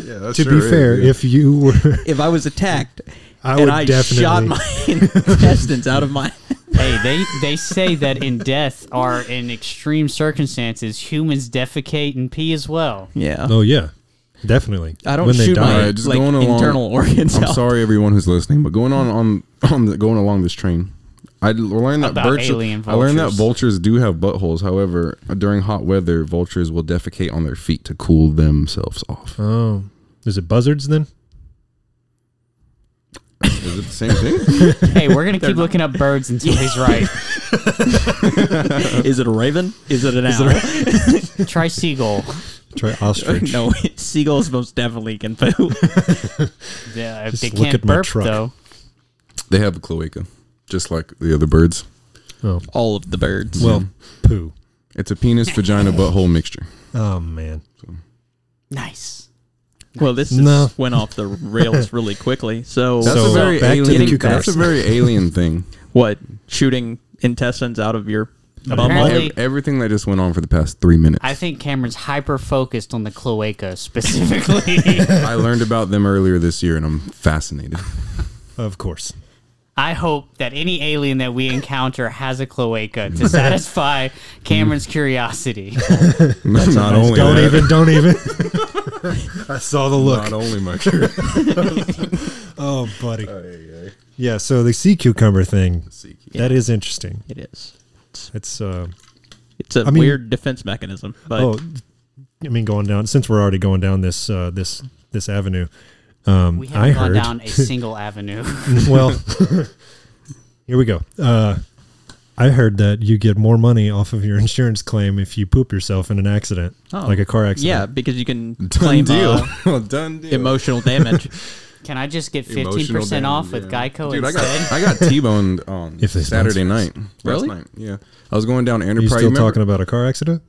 *laughs* Yeah, that to sure be is, fair, dude. if you were, *laughs* *laughs* If I was attacked I and would I definitely. shot my *laughs* intestines out of my, Hey, they they say that in death or in extreme circumstances, humans defecate and pee as well. yeah, oh yeah, definitely. I don't when they shoot die, my Alright, just like going along- internal organs. I'm *laughs* *laughs* out. sorry everyone who's listening, but going on on on the, going along this train, I learned that About birds. alien I learned that vultures vultures. do have buttholes. However, during hot weather, vultures will defecate on their feet to cool themselves off. Oh, is it buzzards then? Is it the same thing? Hey, *laughs* we're gonna keep looking up birds until he's right. Is it a raven? Is it an it a- owl? *laughs* Try seagull. Try ostrich. no, *laughs* seagulls most definitely can poo. Yeah, if Just they look can't at my burp truck. though. *laughs* they have a cloaca, just like the other birds. Oh, All of the birds. well, poo. It's a penis, vagina, *laughs* butthole mixture. Oh man, Nice. Well, this No. just went off the rails really quickly. So, That's So, a very back to the alien. cucumbers. That's a *laughs* very alien thing. what? Shooting intestines out of your bum Apparently- hole? Ev- everything that just went on for the past three minutes. I think Cameron's hyper focused on the cloaca specifically. *laughs* I *laughs* learned about them earlier this year, and I'm fascinated. of course. I hope that any alien that we encounter has a cloaca to satisfy Cameron's curiosity. *laughs* not only don't that, even, don't even. *laughs* I saw the look. not only *laughs* my curiosity. Oh, buddy. Yeah, so the sea cucumber thing, that is interesting. It is. It's, uh, It's a I mean- weird defense mechanism, but oh, I mean, going down, since we're already going down this, uh, this, this avenue, um, We haven't I gone heard, down a single avenue. *laughs* well, *laughs* here we go. Uh, I heard that you get more money off of your insurance claim if you poop yourself in an accident, Oh. like a car yeah, accident. because you can Done claim deal. uh, Done deal. *laughs* emotional damage. Can I just get Emotional fifteen percent damage, off with yeah. Geico Dude, I instead? got I got T-boned on If they sponsor Saturday night. Really? Last night. Yeah. I was going down you Enterprise. still remember- talking about a car accident?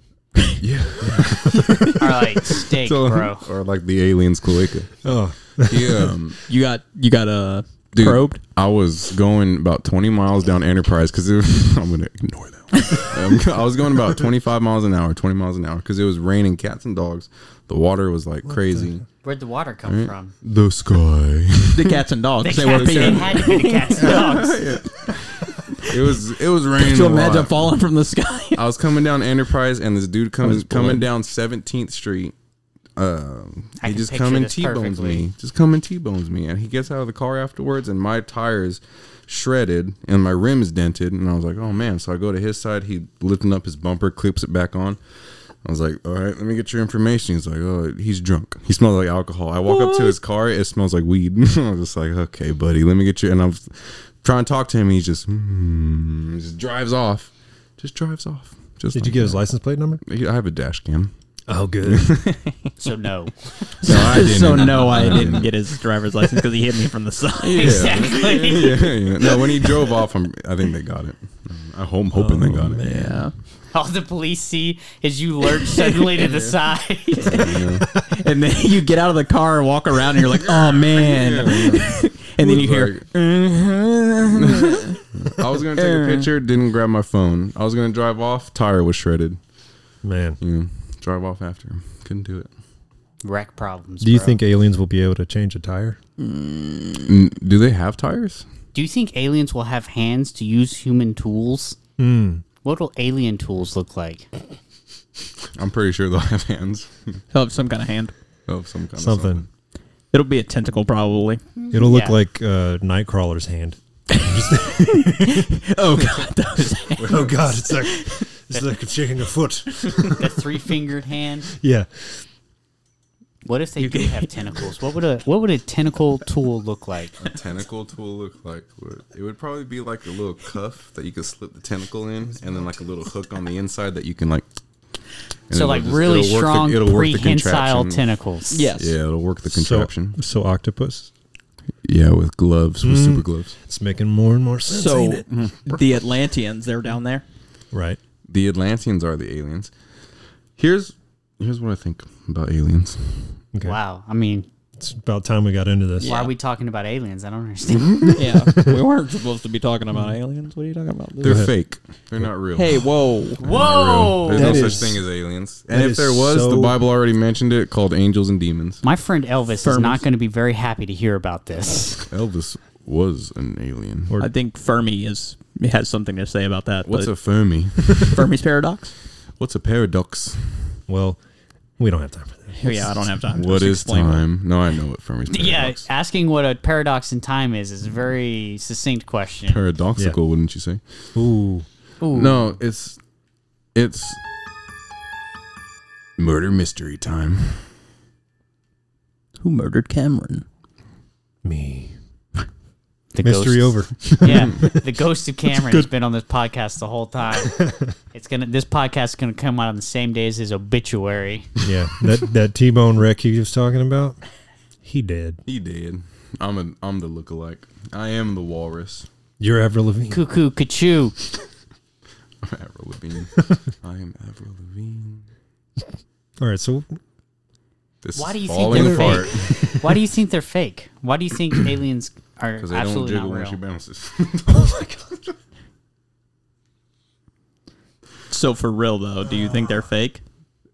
All right, steak, So- bro. *laughs* Or like the aliens cloaca. Oh, Yeah. Um, You got you got uh, dude, probed. I was going about 20 miles down Enterprise because *laughs* I'm going to ignore that. one. Um, I was going about 25 miles an hour, 20 miles an hour because it was raining cats and dogs. The water was like crazy. Where'd the water come Mm. from? The *laughs* sky. The cats and dogs. They they were cats, it peeing. had to be the *laughs* cats and dogs. it was it was raining. Could you a lot. imagine falling from the sky? *laughs* I was coming down Enterprise, and this dude comes was bored. coming down Seventeenth Street. Um, I he can just picture come and this t bones perfectly. me. Just come and t bones me, and he gets out of the car afterwards, and my tires shredded, and my rims dented, and I was like, oh man. So I go to his side. He lifting up his bumper, clips it back on. I was like, all right, let me get your information. He's like, oh, he's drunk. He smells like alcohol. I walk up to his car. It smells like weed. *laughs* I was just like, okay, buddy, let me get you. And I'm trying to talk to him. He's just, hmm, just drives off. Just drives off. Just did like you get his that. license plate number? I have a dash cam. Oh, good. So no, So, *laughs* I didn't. So no, I didn't get his driver's license because he hit *laughs* me from the side. exactly. Yeah, yeah. No, when he drove off, I'm, I think they got it. I hope, I'm hoping Oh, they got it. Yeah, All the police see is you lurch suddenly to the side. and then *laughs* you get out of the car and walk around, and you're like, *laughs* "Oh man!" *laughs* And then you hear, *laughs* I was gonna take a picture, didn't grab my phone. I was gonna drive off, tire was shredded. *laughs* Man. Yeah, drive off after him. Couldn't do it. *laughs* Wreck problems. Do you bro. think aliens will be able to change a tire? N- Do they have tires? Do you think aliens will have hands to use human tools? Hmm. What will alien tools look like? I'm pretty sure they'll *laughs* have hands "Oh, some kind of hand." of some kind. Something. It'll be a tentacle, probably. It'll look Yeah. like uh, Nightcrawler's hand. *laughs* Oh *laughs* god, that was Oh God! It's like it's like shaking a foot. The three fingered hand? Yeah, What if they do have tentacles? What would a what would a tentacle tool look like? of something. Tentacle tool look like Would- it would probably be like a little cuff that you could slip the tentacle in, and then like a little hook on the inside that you can like And So it'll like just- really it'll work the- strong it'll work the prehensile contraction. tentacles. Yes. Yeah, it'll work the So, contraption. so octopus. yeah, with gloves, with Hmm. super gloves. It's making more and more sense. So mm. ain't it? the Atlanteans, they're *laughs* down there. right. The Atlanteans are the aliens. Here's here's what I think about aliens. Okay. Wow. I mean, It's about time we got into this. why Yeah. are we talking about aliens? I *laughs* don't understand. Yeah, we weren't supposed to be talking about aliens. What are you talking about? They're fake. They're not real. *laughs* hey, whoa! Not real. There's That no is- such thing as aliens. And that if is there was, the so- Bible already mentioned it, called angels and demons. My friend Elvis is Firms. not going to be very happy to hear about this. Elvis was an alien. I think Fermi is has something to say about that. What's but a Fermi? *laughs* *laughs* Fermi's paradox? *laughs* What's a paradox? Well, we don't have time for that. yeah, I don't have time. to What just is explain it. time? No, I know what Fermi's *laughs* *laughs* Yeah, paradox. asking what a paradox in time is is a very succinct question. Paradoxical, Yeah. wouldn't you say? Ooh. No, it's it's murder mystery time. Who murdered Cameron? Me. The Mystery ghost- *laughs* over. *laughs* Yeah, the ghost *laughs* of Cameron has been on this podcast the whole *laughs* time. It's gonna. This podcast is gonna come out on the same day as his obituary. yeah. That that T Bone wreck he was talking about, he did. He did. I'm a I'm the lookalike. I am the walrus. *laughs* You're Avril Lavigne. Cuckoo, kachoo. I'm Avril *laughs* Lavigne. I am Avril Lavigne. All right. So This Why is do you think falling they're *laughs* apart Why do you think they're fake? Why do you *coughs* think aliens are because they don't absolutely jiggle not when she real? *laughs* bounces. So for real though, do you think they're fake?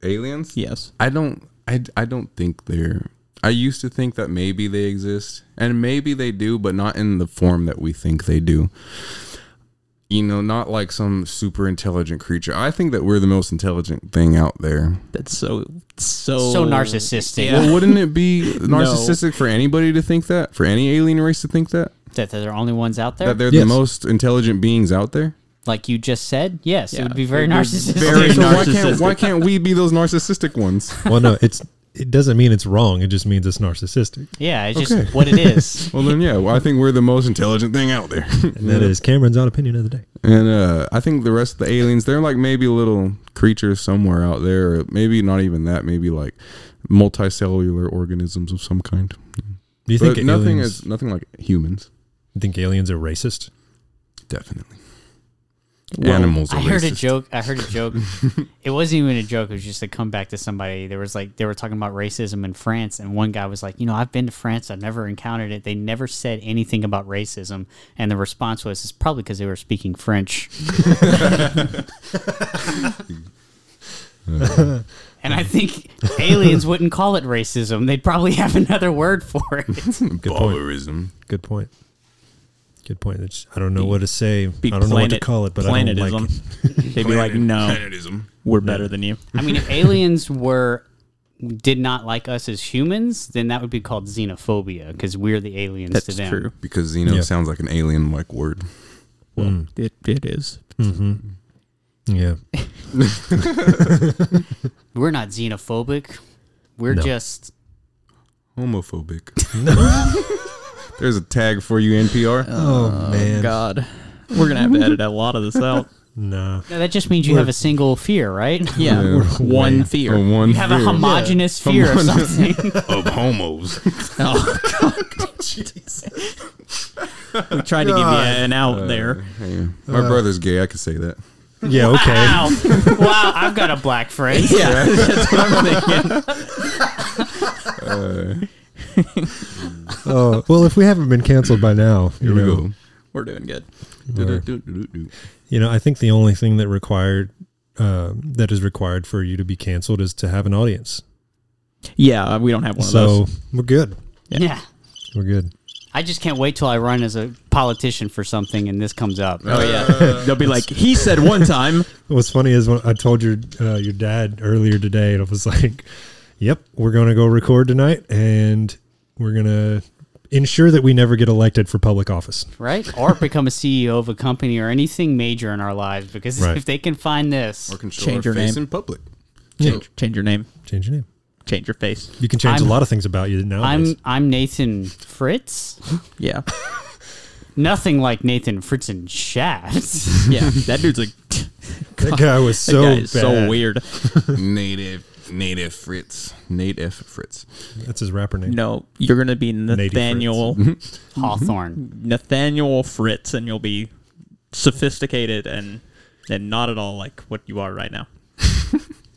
Aliens? Yes. I don't. I, I don't think they're. I used to think that maybe they exist, and maybe they do, but not in the form that we think they do. You know, not like some super intelligent creature. I think that we're the most intelligent thing out there. That's so so *laughs* So narcissistic Yeah. Well, wouldn't it be *laughs* narcissistic for anybody to think that? For any alien race to think that? that they're the only ones out there. That they're the Yes. most intelligent beings out there? like you just said, yes, it Yeah, would be very they're narcissistic. *laughs* very So why can't, narcissistic. why can't we be those narcissistic ones? well, no, it's it doesn't mean it's wrong. It just means it's narcissistic. yeah, it's just Okay. what it *laughs* is. Well, then, yeah, well, I think we're the most intelligent thing out there. *laughs* And that is Cameron's odd opinion of the day. And uh, I think the rest of the aliens, they're like maybe little creatures somewhere out there, or maybe not even that, maybe like multicellular organisms of some kind. Do you But think nothing aliens, is nothing like humans. you think aliens are racist? Definitely, Well, animals. Are I heard a racist. joke. I heard a *laughs* joke. it wasn't even a joke. It was just a comeback to somebody. There was like they were talking about racism in France, and one guy was like, "You know, I've been to France. I've never encountered it. They never said anything about racism." And the response was, "It's probably because they were *laughs* speaking French." *laughs* and I think aliens wouldn't call it racism. They'd probably have another word for it. Good point. barbarism. Good point. Good point. It's, I don't know what to say. I be don't know what to planet- call it, but I don't like it. planetism. They'd be *laughs* like, no, Planetism. we're better than you. I mean, if aliens were did not like us as humans, then that would be called xenophobia because we're the aliens That's to them. true. Because Xeno Yeah. sounds like an alien-like word. Well, Hmm. it, it is. Yeah. We're not xenophobic. We're No. just *laughs* Homophobic. There's a tag for you, NPR. Oh man. God, we're gonna have to edit a lot of this out. Nah. no, that just means you have a single fear, right? Yeah, Yeah. *laughs* we're one Way- fear. Or one *laughs* You have a fear homogenous fear of something. *laughs* *laughs* of homos. Oh, God. we tried to give you an out there. *laughs* Yeah. My brother's gay. I could say that. Yeah. *laughs* Okay. wow. wow, I've got a black friend. Yeah, *laughs* that's what I'm *laughs* thinking. Oh well, if we haven't been canceled by now, Here you know, we go. We're doing good. Du-du-du-du-du-du. You know, I think the only thing that required uh, that is required for you to be canceled is to have an audience. Yeah, we don't have one of So those. we're good. *laughs* yeah. We're good. I just can't wait till I run as a politician for something and this comes up. Oh yeah, they'll be like, he said one time. What's funny is when I told your uh, your dad earlier today, and I was *laughs* like, "Yep, we're gonna go record tonight, and we're gonna ensure that we never get elected for public office." Right? Or become a CEO of a company or anything major in our lives because Right. if they can find this, Or can show Change our your face name. in public. Change, change your name. Change your name. Change your face. You can change I'm- a lot of things about you nowadays. I'm I'm Nathan Fritz. *laughs* Yeah, Nothing like Nathan Fritz and Shaft. *laughs* yeah. That dude's like, *laughs* That guy was so that guy is so bad. weird. Native, native Fritz, Nate F. Fritz. That's his rapper name. No, you're gonna be Fritz. Nathaniel Hawthorne. *laughs* Nathaniel Fritz, and you'll be sophisticated and and not at all like what you are right now.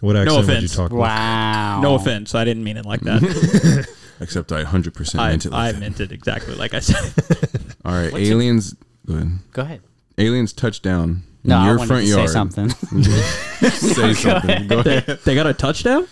What accent would you offense. talk about? Wow. No offense, I didn't mean it like that. Except I 100% I, meant it. I Like that. meant it exactly like I said. All right, aliens. Go ahead. Go ahead. Aliens touch down in No, I your wanted front to yard. say something. *laughs* Say something. Go *laughs* ahead. they got a touchdown.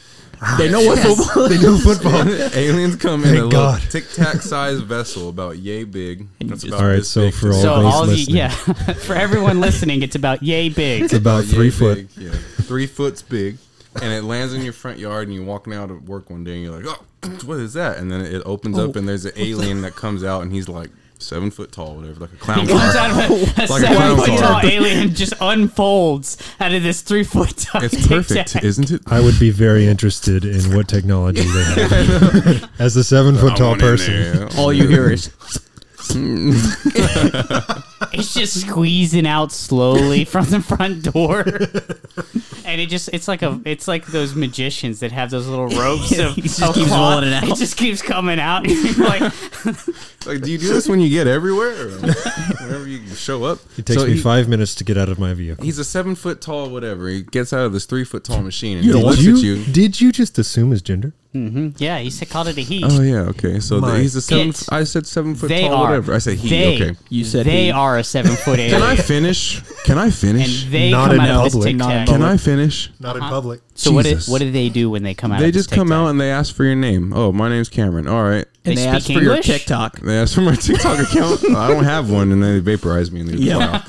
They know what *laughs* football. They know football. Aliens come in Thank a little God. tic tac sized vessel about yay big. And you That's just- about All right, this so big. for all so those all you, listening, yeah, *laughs* for everyone listening, it's about yay big. it's *laughs* about yay three foot. big, yeah, three foot's big, and it lands in your front yard. And you're walking out of work one day, and you're like, "Oh, *clears throat* what is that?" And then it opens up, and there's an alien that comes out, and he's like seven foot tall, whatever, like a clown. It comes car. out of a, Like a a seven clown foot car. tall alien just unfolds out of this three foot tall. *laughs* It's perfect, isn't it? I would be very interested in what technology they have. As a seven foot tall person, All you hear *laughs* is It's just squeezing out slowly from the front door. And it just—it's like a—it's like those magicians that have those little ropes of. He just of keeps cloth. rolling it out. *laughs* It just keeps coming out. *laughs* You're like, Like, do you do this when you get everywhere? Or whenever you show up, it takes So me he- five minutes to get out of my vehicle. He's a seven foot tall, whatever. He gets out of this three foot tall machine and Did he looks you, at you. did you just assume his gender? yeah, he said, called it a heat. Oh yeah, okay. So My the, he's a seven. it. I said seven foot they tall, are. whatever. I said he. They, Okay. You said they he. are a seven foot Can I alien, finish? Can I and finish? they Not come in out of this public. tic Not in tac. Can I finish? Not Uh-huh. in public. So what, Jesus. do, what do they do when they come out? They of this just come tic-tac? out and they ask for your name. Oh, my name's Cameron. All right. They and they ask speak for your English? TikTok. They ask for my *laughs* TikTok *laughs* account. I don't have one, and they vaporize me. And they Yeah. yeah.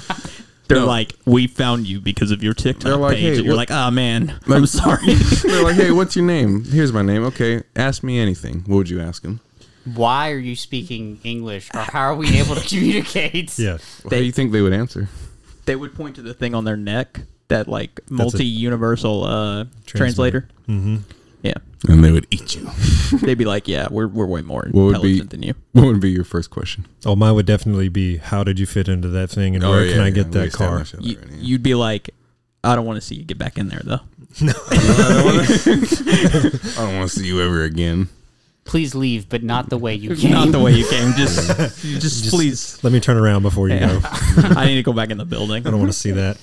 They're No. like, we found you because of your TikTok They're like, page. "Hey, and you're what- like, oh *laughs* man, I'm sorry. They're like, "Hey, what's your name? Here's my name. Okay, ask me anything. What would you ask him? Why are you speaking English, *laughs* or how are we able to communicate? Yeah. What do you think they would answer? they would point to the thing on their neck that like multi-universal uh, Translator. translator. Mm-hmm. Yeah, And they would eat you. they'd be like, yeah, we're we're way more What would be? intelligent than you. What would be your first question? Oh, mine would definitely be how did you fit into that thing and Oh, where yeah, can I yeah, get we that car? established you. that already. You'd be like, I don't want to see you get back in there *laughs* though. I don't want to see you ever again. Please leave, but not the way you came. Not the way you came. Just, *laughs* just, *laughs* please. Let me turn around before you go. I I need to go back in the building. don't want to see *laughs* that.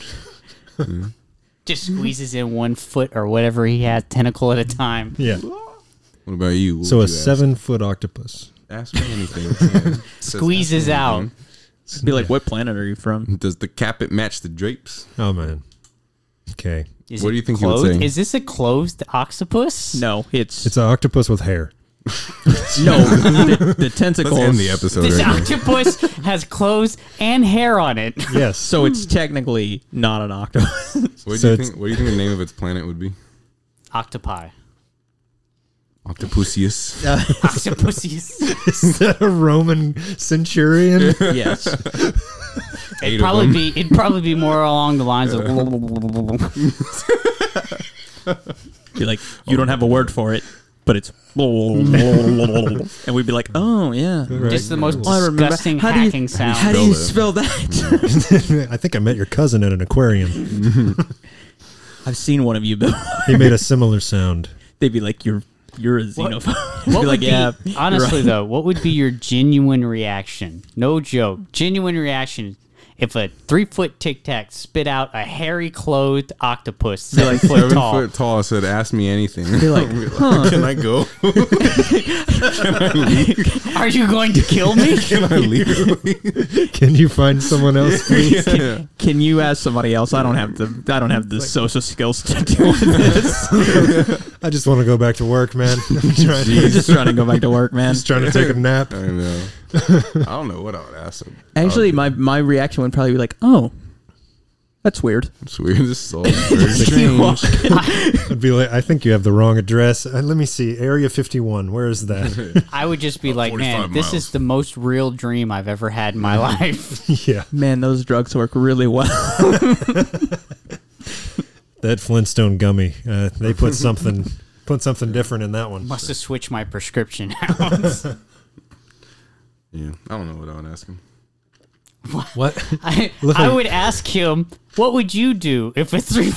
Just squeezes in one foot or whatever he has, tentacle at a time. Yeah. What about you? What So would a you ask? seven foot octopus. Ask me anything. *laughs* Yeah. *laughs* Squeezes out. Be like, what planet are you from? Does the capit match the drapes? Oh man. Okay. Is What it do you think he would clothed? say? Is this a closed octopus? No, it's, It's an octopus with hair. *laughs* no the, the tentacles. Let's end the *laughs* episode This right now. *laughs* octopus has clothes and hair on it. Yes. So it's technically not an *laughs* octopus. What do So you it's- think? What do you think the name of its planet would be? *laughs* Octopi. Octopusius. Octopuses. *laughs* is that a Roman *laughs* centurion? yes, It'd of probably them. be it'd probably be more along the *laughs* lines of be like, you don't have a word for it, but it's, *laughs* and we'd be like, oh yeah, just the most I remember. disgusting How do you- hacking sound. How do Spell you that. spell that? *laughs* I think I met your cousin at an aquarium. I've seen one of you, but He made a similar sound. *laughs* they'd be like, "You're you're a xenophobe." *laughs* You'd What be like, would "Yeah, be, honestly though, what would be your genuine reaction? No joke, genuine reaction if a three foot tic tac spit out a hairy clothed octopus seven like, foot Seven tall. foot tall. Said, "Ask me anything." *laughs* like, We're Can I *laughs* go? Are you going to kill me? *laughs* Can I leave? Can you find someone *laughs* else? please? Yeah. can you ask somebody else? I don't have the I don't have the social skills to deal with this. I just want to go back to work, man. *laughs* I'm trying, I'm just trying to go back to work, man." just trying to take a nap. I know. I don't know what I would ask him. *laughs* Actually, my my reaction would probably be like, "Oh, that's weird." It's weird. This *laughs* is all very *laughs* You walk- strange. I'd be like, I think you have the wrong address. Uh, let me see, Area 51. Where is that? *laughs* *laughs* I would just be like, 45 man, this miles. is the most real dream I've ever *laughs* had in my life. *laughs* yeah, Man, those drugs work really well. that Flintstone gummy. Uh, they put something, put something different in that one. Must have switched *laughs* my prescription out. Yeah, I don't know what I would ask him. What? I, Look I like- would ask him, what would you do if a three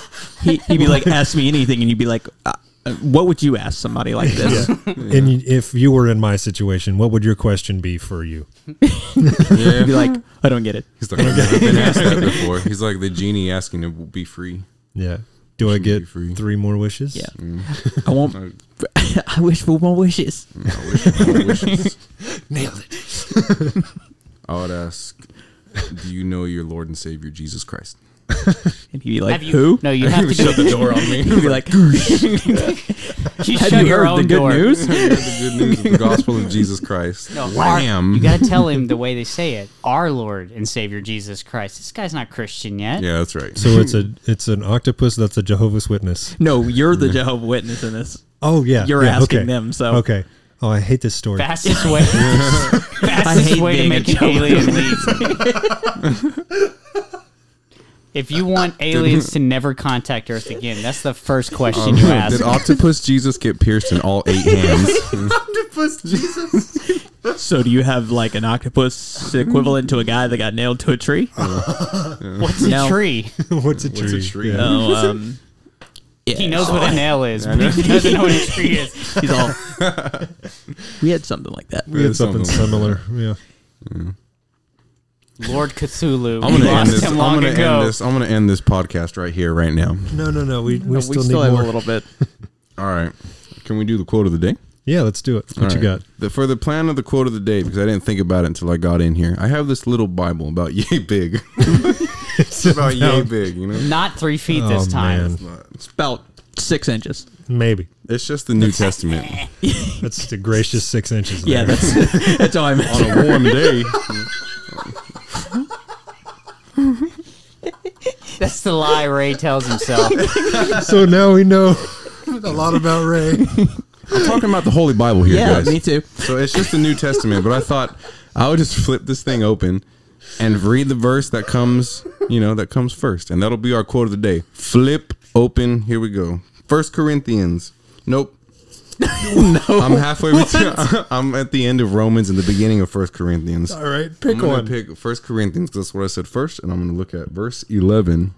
*laughs* He, he'd be like, *laughs* ask me anything, and you'd be like, uh, uh, what would you ask somebody like this? and you- if you were in my situation, what would your question be for you? You'd be Yeah. like, *laughs* I don't get it. *laughs* He's like, I've never been asked that before. He's like the genie asking to be free. Yeah. Do I Shouldn't be get free. three more wishes? Yeah. I won't. *laughs* I, I wish for more wishes. I wish my wishes. Nailed it. I would ask, do you know your Lord and Savior Jesus Christ? And he'd be like, have you, *laughs* who? No, you have to Shut do, the door on *laughs* me. He'd be like, you *laughs* have shut you your heard own the good door. news? Heard the good news of the gospel of Jesus Christ. No, our, Wham. you got to tell him the way they say it. Our Lord and Savior Jesus Christ. This guy's not Christian yet. yeah, that's right. So it's a it's an octopus that's a Jehovah's Witness. No, you're the Jehovah Witness in this. Oh yeah. You're yeah, asking okay. them, so Okay. Oh, I hate this story. Fastest way, I fastest hate way to being a make an Jehovah's alien leave. if you want aliens to never contact Earth again, that's the first question you ask. Did octopus Jesus get pierced in all *laughs* eight hands? So do you have like an octopus equivalent to a guy that got nailed to a tree? What's a No. tree? *laughs* What's a tree? What's a tree? Yeah. No, um, He knows what a nail is, but he doesn't know what a tree is. he's all. we had something like that. We Yeah, had something something like similar. Yeah. Lord Cthulhu. I'm we gonna end lost this. him I'm long gonna ago. end this. I'm gonna end this podcast right here, right now. No, no, no. We, we We still still, need have more. a little bit. All right. Can we do the quote of the day? Yeah, let's do it. What All you right. got? The, for the plan of the quote of the day, because I didn't think about it until I got in here. I have this little Bible about *laughs* yay big. it's about yay big, you know. Not three feet Oh, this time. man. It's *laughs* about six inches. Maybe. It's just the New Testament. That's the gracious six inches. Yeah, there. *laughs* that's that's all I On meant. a warm day, That's the lie Ray tells himself. so now we know *laughs* a lot about Ray. I'm talking about the Holy Bible here, Yeah, guys. me too. So it's just the New Testament, but I thought I would just flip this thing open and read the verse that comes, you know, that comes first, and that'll be our quote of the day. Flip open. Here we go. First Corinthians. Nope. no. I'm halfway between. *laughs* I'm at the end of Romans and the beginning of First Corinthians. All right, pick I'm gonna one. pick First Corinthians 'cause that's what I said first, and I'm going to look at verse eleven.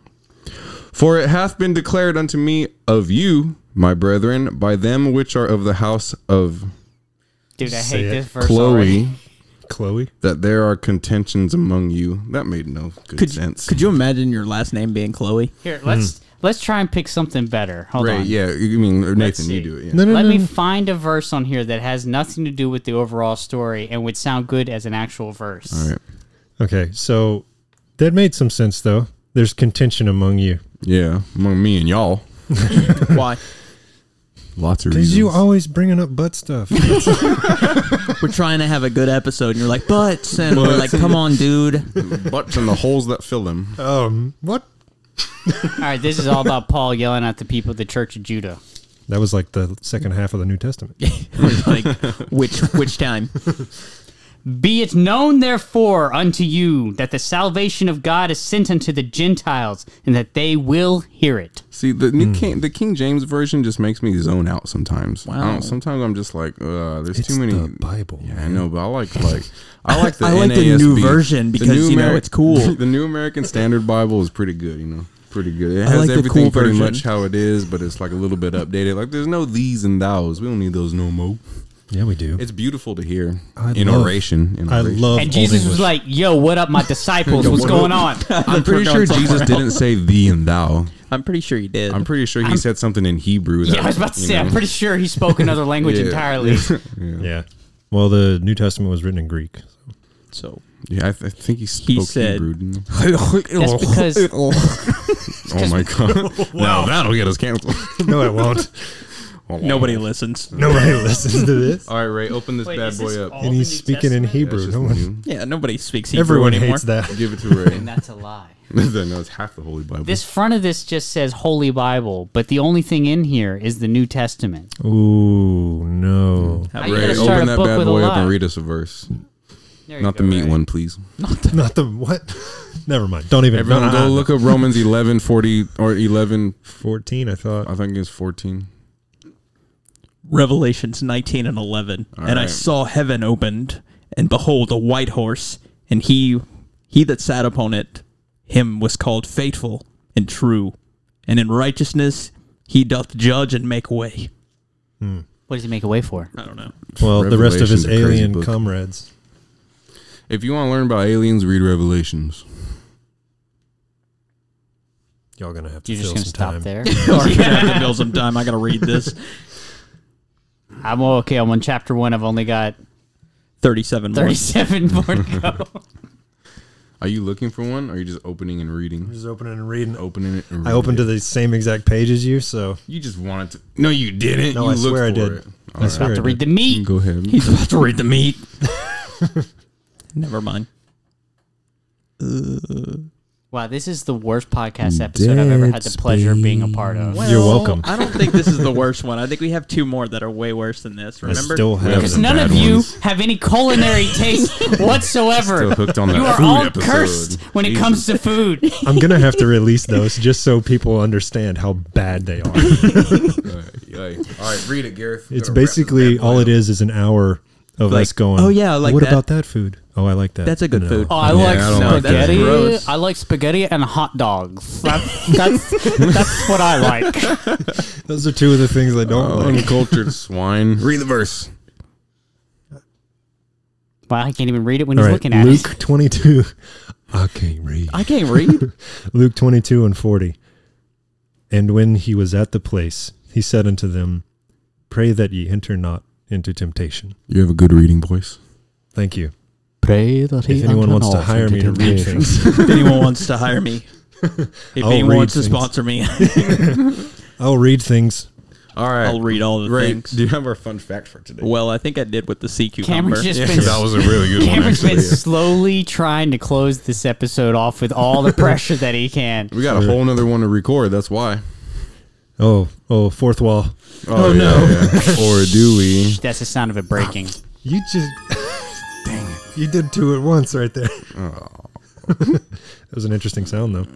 For it hath been declared unto me of you, my brethren, by them which are of the house of Dude, I Say hate it. this verse Chloe, already. Chloe. that there are contentions among you. That made no good Could, sense. could you imagine your last name being Chloe? Here, let's let's try and pick something better. Hold Ray, on. Hmm. yeah, you- I mean or Let's Nathan, you see. do it. Yeah. No, no, Let no. me no. find a verse on here that has nothing to do with the overall story and would sound good as an actual verse. All right. okay, so that made some sense though. There's contention among you Yeah, among me and y'all, Why? lots of because reasons. you always bringing up butt *laughs* stuff. We're trying to have a good episode, and you're like butts, and we're Butts. like, *laughs* come on, dude. butts and the holes that fill them. um, what? All right, this is all about Paul yelling at the people of the Church of Judah. That was like the second half of the New Testament. like which which time? Be it known, therefore, unto you that the salvation of God is sent unto the Gentiles, and that they will hear it. See, the Hmm. new King, the King James version just makes me zone out sometimes. I Wow. don't- sometimes I'm just like, uh, there's It's too many the Bible, Yeah, I know, but I like like *laughs* I like the I like the new NASB. version because, you know, it's *laughs* cool. the new American Standard Bible is pretty good, you know. Pretty good. It I has like the everything cool pretty version. much how it is, but it's like a little bit updated. Like there's no these and thous. We don't need those no more. Yeah, we do. It's beautiful to hear I in love- oration. In I oration. love. And Old Jesus was English. like, Yo, what up, my *laughs* disciples? Yo, What's what going on? up? I'm pretty sure Jesus didn't say thee and thou. I'm pretty sure you did. I'm pretty sure he said something in Hebrew. That, Yeah, *laughs* I was about to you say, I'm know. pretty sure he spoke another language Yeah. entirely. Yeah. Well, the New Testament was written in Greek. so Yeah, I, th- I think he spoke said- Hebrew. Didn't he? *laughs* That's because Oh my *laughs* god! now that'll get us *laughs* canceled. no, it won't. nobody *laughs* listens. Nobody listens to this. All right, Ray, open this Wait, bad is boy this up. all- And he's speaking in Yeah, it's Hebrew. just No one, new. Yeah, nobody speaks Hebrew everyone anymore. hates that. *laughs* Give *laughs* it to Ray. and *laughs* that's a lie. no, it's half the Holy Bible. This front of this just says Holy Bible, but the only thing in here is the New Testament. Ooh, no. Now you Ray, gotta start a open that book bad with a boy up lie. and read us a verse. There you Not the go, meat Ray. one, please. Not the what? *laughs* Never mind. Don't even. Everyone, no, go look *laughs* up Romans 11, 40, or 11, 14, I thought. I think it's 14. Revelations 19 and 11. and I right. saw heaven opened, and behold, a white horse, and he he that sat upon it, him was called faithful and true, and in righteousness he doth judge and make way. What does he make a way for? I don't know. Well, the rest of Revelation's his a crazy alien book. comrades. If you want to learn about aliens, read Revelations. Y'all gonna have to You're fill just gonna some time. stop *laughs* there. Or I have to build some time. I gotta read this. I'm okay. I'm on chapter one. I've *laughs* only got Thirty-seven. more. 37 more to *laughs* go. Are you looking for one? Or are you just opening and reading? Just opening and reading. Opening it. And I reading opened to it. the same exact page as you, so You just wanted to. No, you didn't. No, you I swear I did. it. I All right. swear. About to I read the You can meat. Go ahead. He's about to read the meat. Never mind. Wow, this is the worst podcast episode I've ever had the pleasure of being a part of. You're welcome. I don't *laughs* think this is the worst one. I think we have two more that are way worse than this. I Remember? still *laughs* have Because some it. none bad of you ones. have any culinary *laughs* taste whatsoever. Still hooked on that you are food all episode. cursed when it Jesus. *laughs* comes to food. I'm gonna *laughs* have to release those just so people understand how bad they *laughs* are. All right, yeah. All right, read it, Gareth. It's basically all it is is an hour of Like, us going. "Oh, yeah, I like what that." about that food? Oh, I like that. That's a good No. food. Oh, I Yeah, like I don't like that. spaghetti. That's gross. I like spaghetti and hot dogs. That's that's, that's what I *laughs* like. Those are two of the things I Oh, don't like. Uncultured swine. Read the verse. Wow, I can't even read it when All he's right, looking at Luke us. 22. *laughs* I can't read. I can't read. Luke 22 and 40. And when he was at the place, he said unto them, Pray that ye enter not into temptation. You have a good reading voice. Thank you. Pray that he If anyone enter wants to not hire into me to read temptation. *laughs* things, if anyone wants to hire me, if I'll anyone read wants things. to *laughs* sponsor me, I'll read things. All right. I'll read all the Ray, things. do you have our fun fact for today? Well, I think I did with the sea cucumber. Cameron's just been that was a really good *laughs* one, Cameron's actually. been yeah. slowly trying to close this episode off with all the pressure that he can. We got a whole nother one to record. That's why. Oh, oh, fourth wall. Oh, no. or do we? That's the sound of it breaking. You *laughs* just. Dang it. You did two at once *laughs* right there. that Oh. was an interesting sound, though.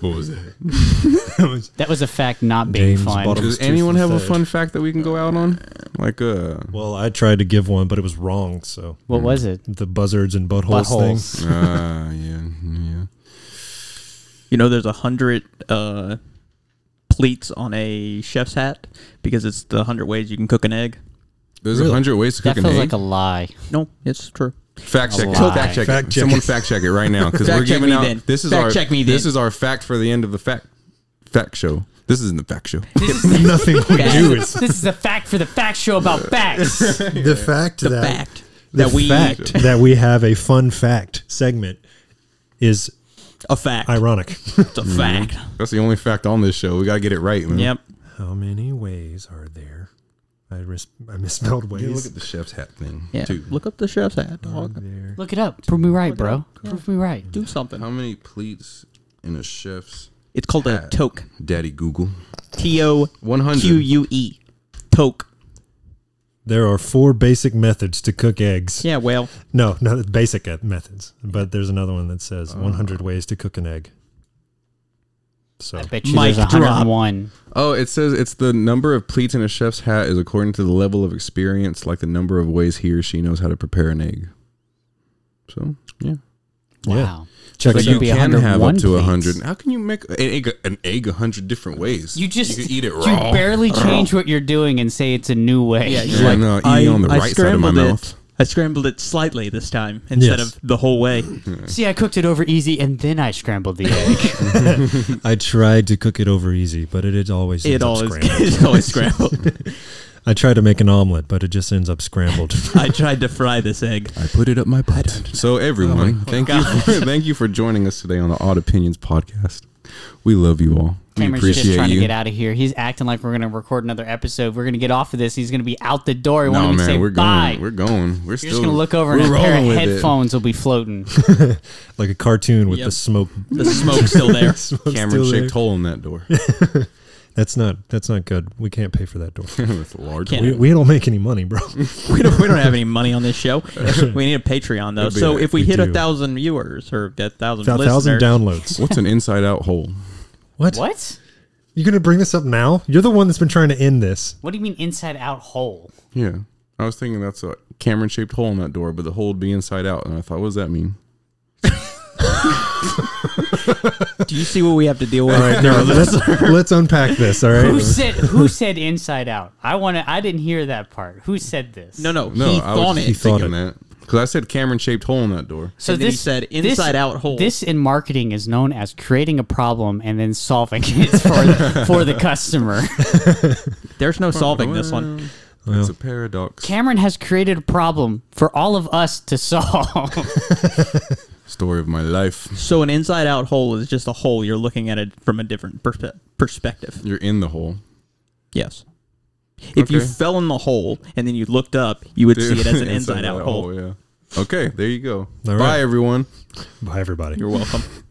What was *laughs* that? That was a fact not being James fun. Does Bottom- Almost two anyone from have a third. fun fact that we can go out on? Like, uh, Well, I tried to give one, but it was wrong. So What was it? the buzzards and buttholes, Buttholes. thing. uh yeah, yeah. you know, there's a hundred uh, pleats on a chef's hat because it's the hundred ways you can cook an egg. There's a Really? hundred ways to That cook an feels egg. like a lie. No, it's true. Fact A check, it. lie. fact check, Fact it. check Someone it. fact check it right now because Fact we're check giving me out. then. This is Fact our check me this then. is our fact for the end of the fact fact show. This isn't the fact show. Nothing we do *laughs* is This is a fact for the fact show about *laughs* facts. the fact The that fact the that we fact that we have a fun fact segment is a fact. ironic. It's a fact. That's the only fact on this show. We gotta get it right, man. Yep. How many ways are there? I, ris- I misspelled Yeah, look ways. at the chef's hat thing. Yeah. Too. Look up the chef's hat. Dog. There. Look it up. Prove me right, bro. Prove me right. Do something. How many pleats in a chef's? It's called a Hat. toque. Daddy Google. T O One hundred. Q U E. Toque. There are four basic methods to cook eggs. *laughs* Yeah, well, No, no, the basic e- methods. But there's another one that says 100 ways to cook an egg. So I bet you Mic there's 101. Oh, it says it's the number of pleats in a chef's hat is according to the level of experience, like the number of ways he or she knows how to prepare an egg. So yeah, Wow. check So it you out. be can have up 101 to a pleats. hundred. How can you make an egg an egg a hundred different ways? You just you can eat it You raw. barely change what you're doing and say it's a new way. yeah, Yeah, no, E on the right side of my scrambled mouth. It. I scrambled it slightly this time instead Yes. of the whole way. *laughs* See, I cooked it over easy and then I *laughs* scrambled the egg. I tried to cook it over easy, but it, it always It ends up always, scrambled. *laughs* it always scrambled. I tried to make an omelet, but it just ends up *laughs* scrambled. I tried to fry this egg. I put it up my butt. *laughs* Oh So everyone, thank you, for, *laughs* thank you for joining us today on the Odd Opinions podcast. We love you all. We Cameron's just appreciate trying you. to get out of here. He's acting like we're going to record another episode. We're going to get off of this. He's going to be out the door. He No wanted me to say man, we're bye. going. We're going. We're you're still just going to look over we're and a pair rolling of with it. headphones will *laughs* be floating. like a cartoon with the Yep. smoke. The smoke's still there. smoke Cameron still there. *laughs* shaped hole in that door. That's not that's not good. We can't pay for that door. It's a large. Can't- one. We, we don't make any money, *laughs* bro. We don't, we don't have any money on this show. We need a Patreon though. Could be So that. if we, We hit a do. thousand viewers or a thousand A thousand listeners, downloads. What's an inside out hole? What? what? *laughs* You gonna bring this up now? You're the one that's been trying to end this. What do you mean inside out hole? Yeah. I was thinking that's a Cameron shaped hole in that door, but the hole would be inside out. And I thought, what does that mean? Do you see what we have to deal with? All right, *laughs* no, let's, let's unpack this. All Who right. said who said inside out? I want to I didn't hear that part. Who said this? No, no, No, he I thought was it. just thinking Thought that because I said Cameron shaped hole in that door. So And then he said, "Inside out hole." This in marketing is known as creating a problem and then solving it for for the customer. There's no solving this one. It's a paradox *laughs* Cameron has created a problem for all of us to solve. story of my life. So an inside out hole is just a hole. You're looking at it from a different perspe- perspective. You're in the hole. Yes. If you Okay. fell in the hole and then you looked up, you would see *laughs* it as an Inside inside out that hole. Yeah. Okay, there you go. All Bye, right. everyone. Bye, everybody. You're welcome.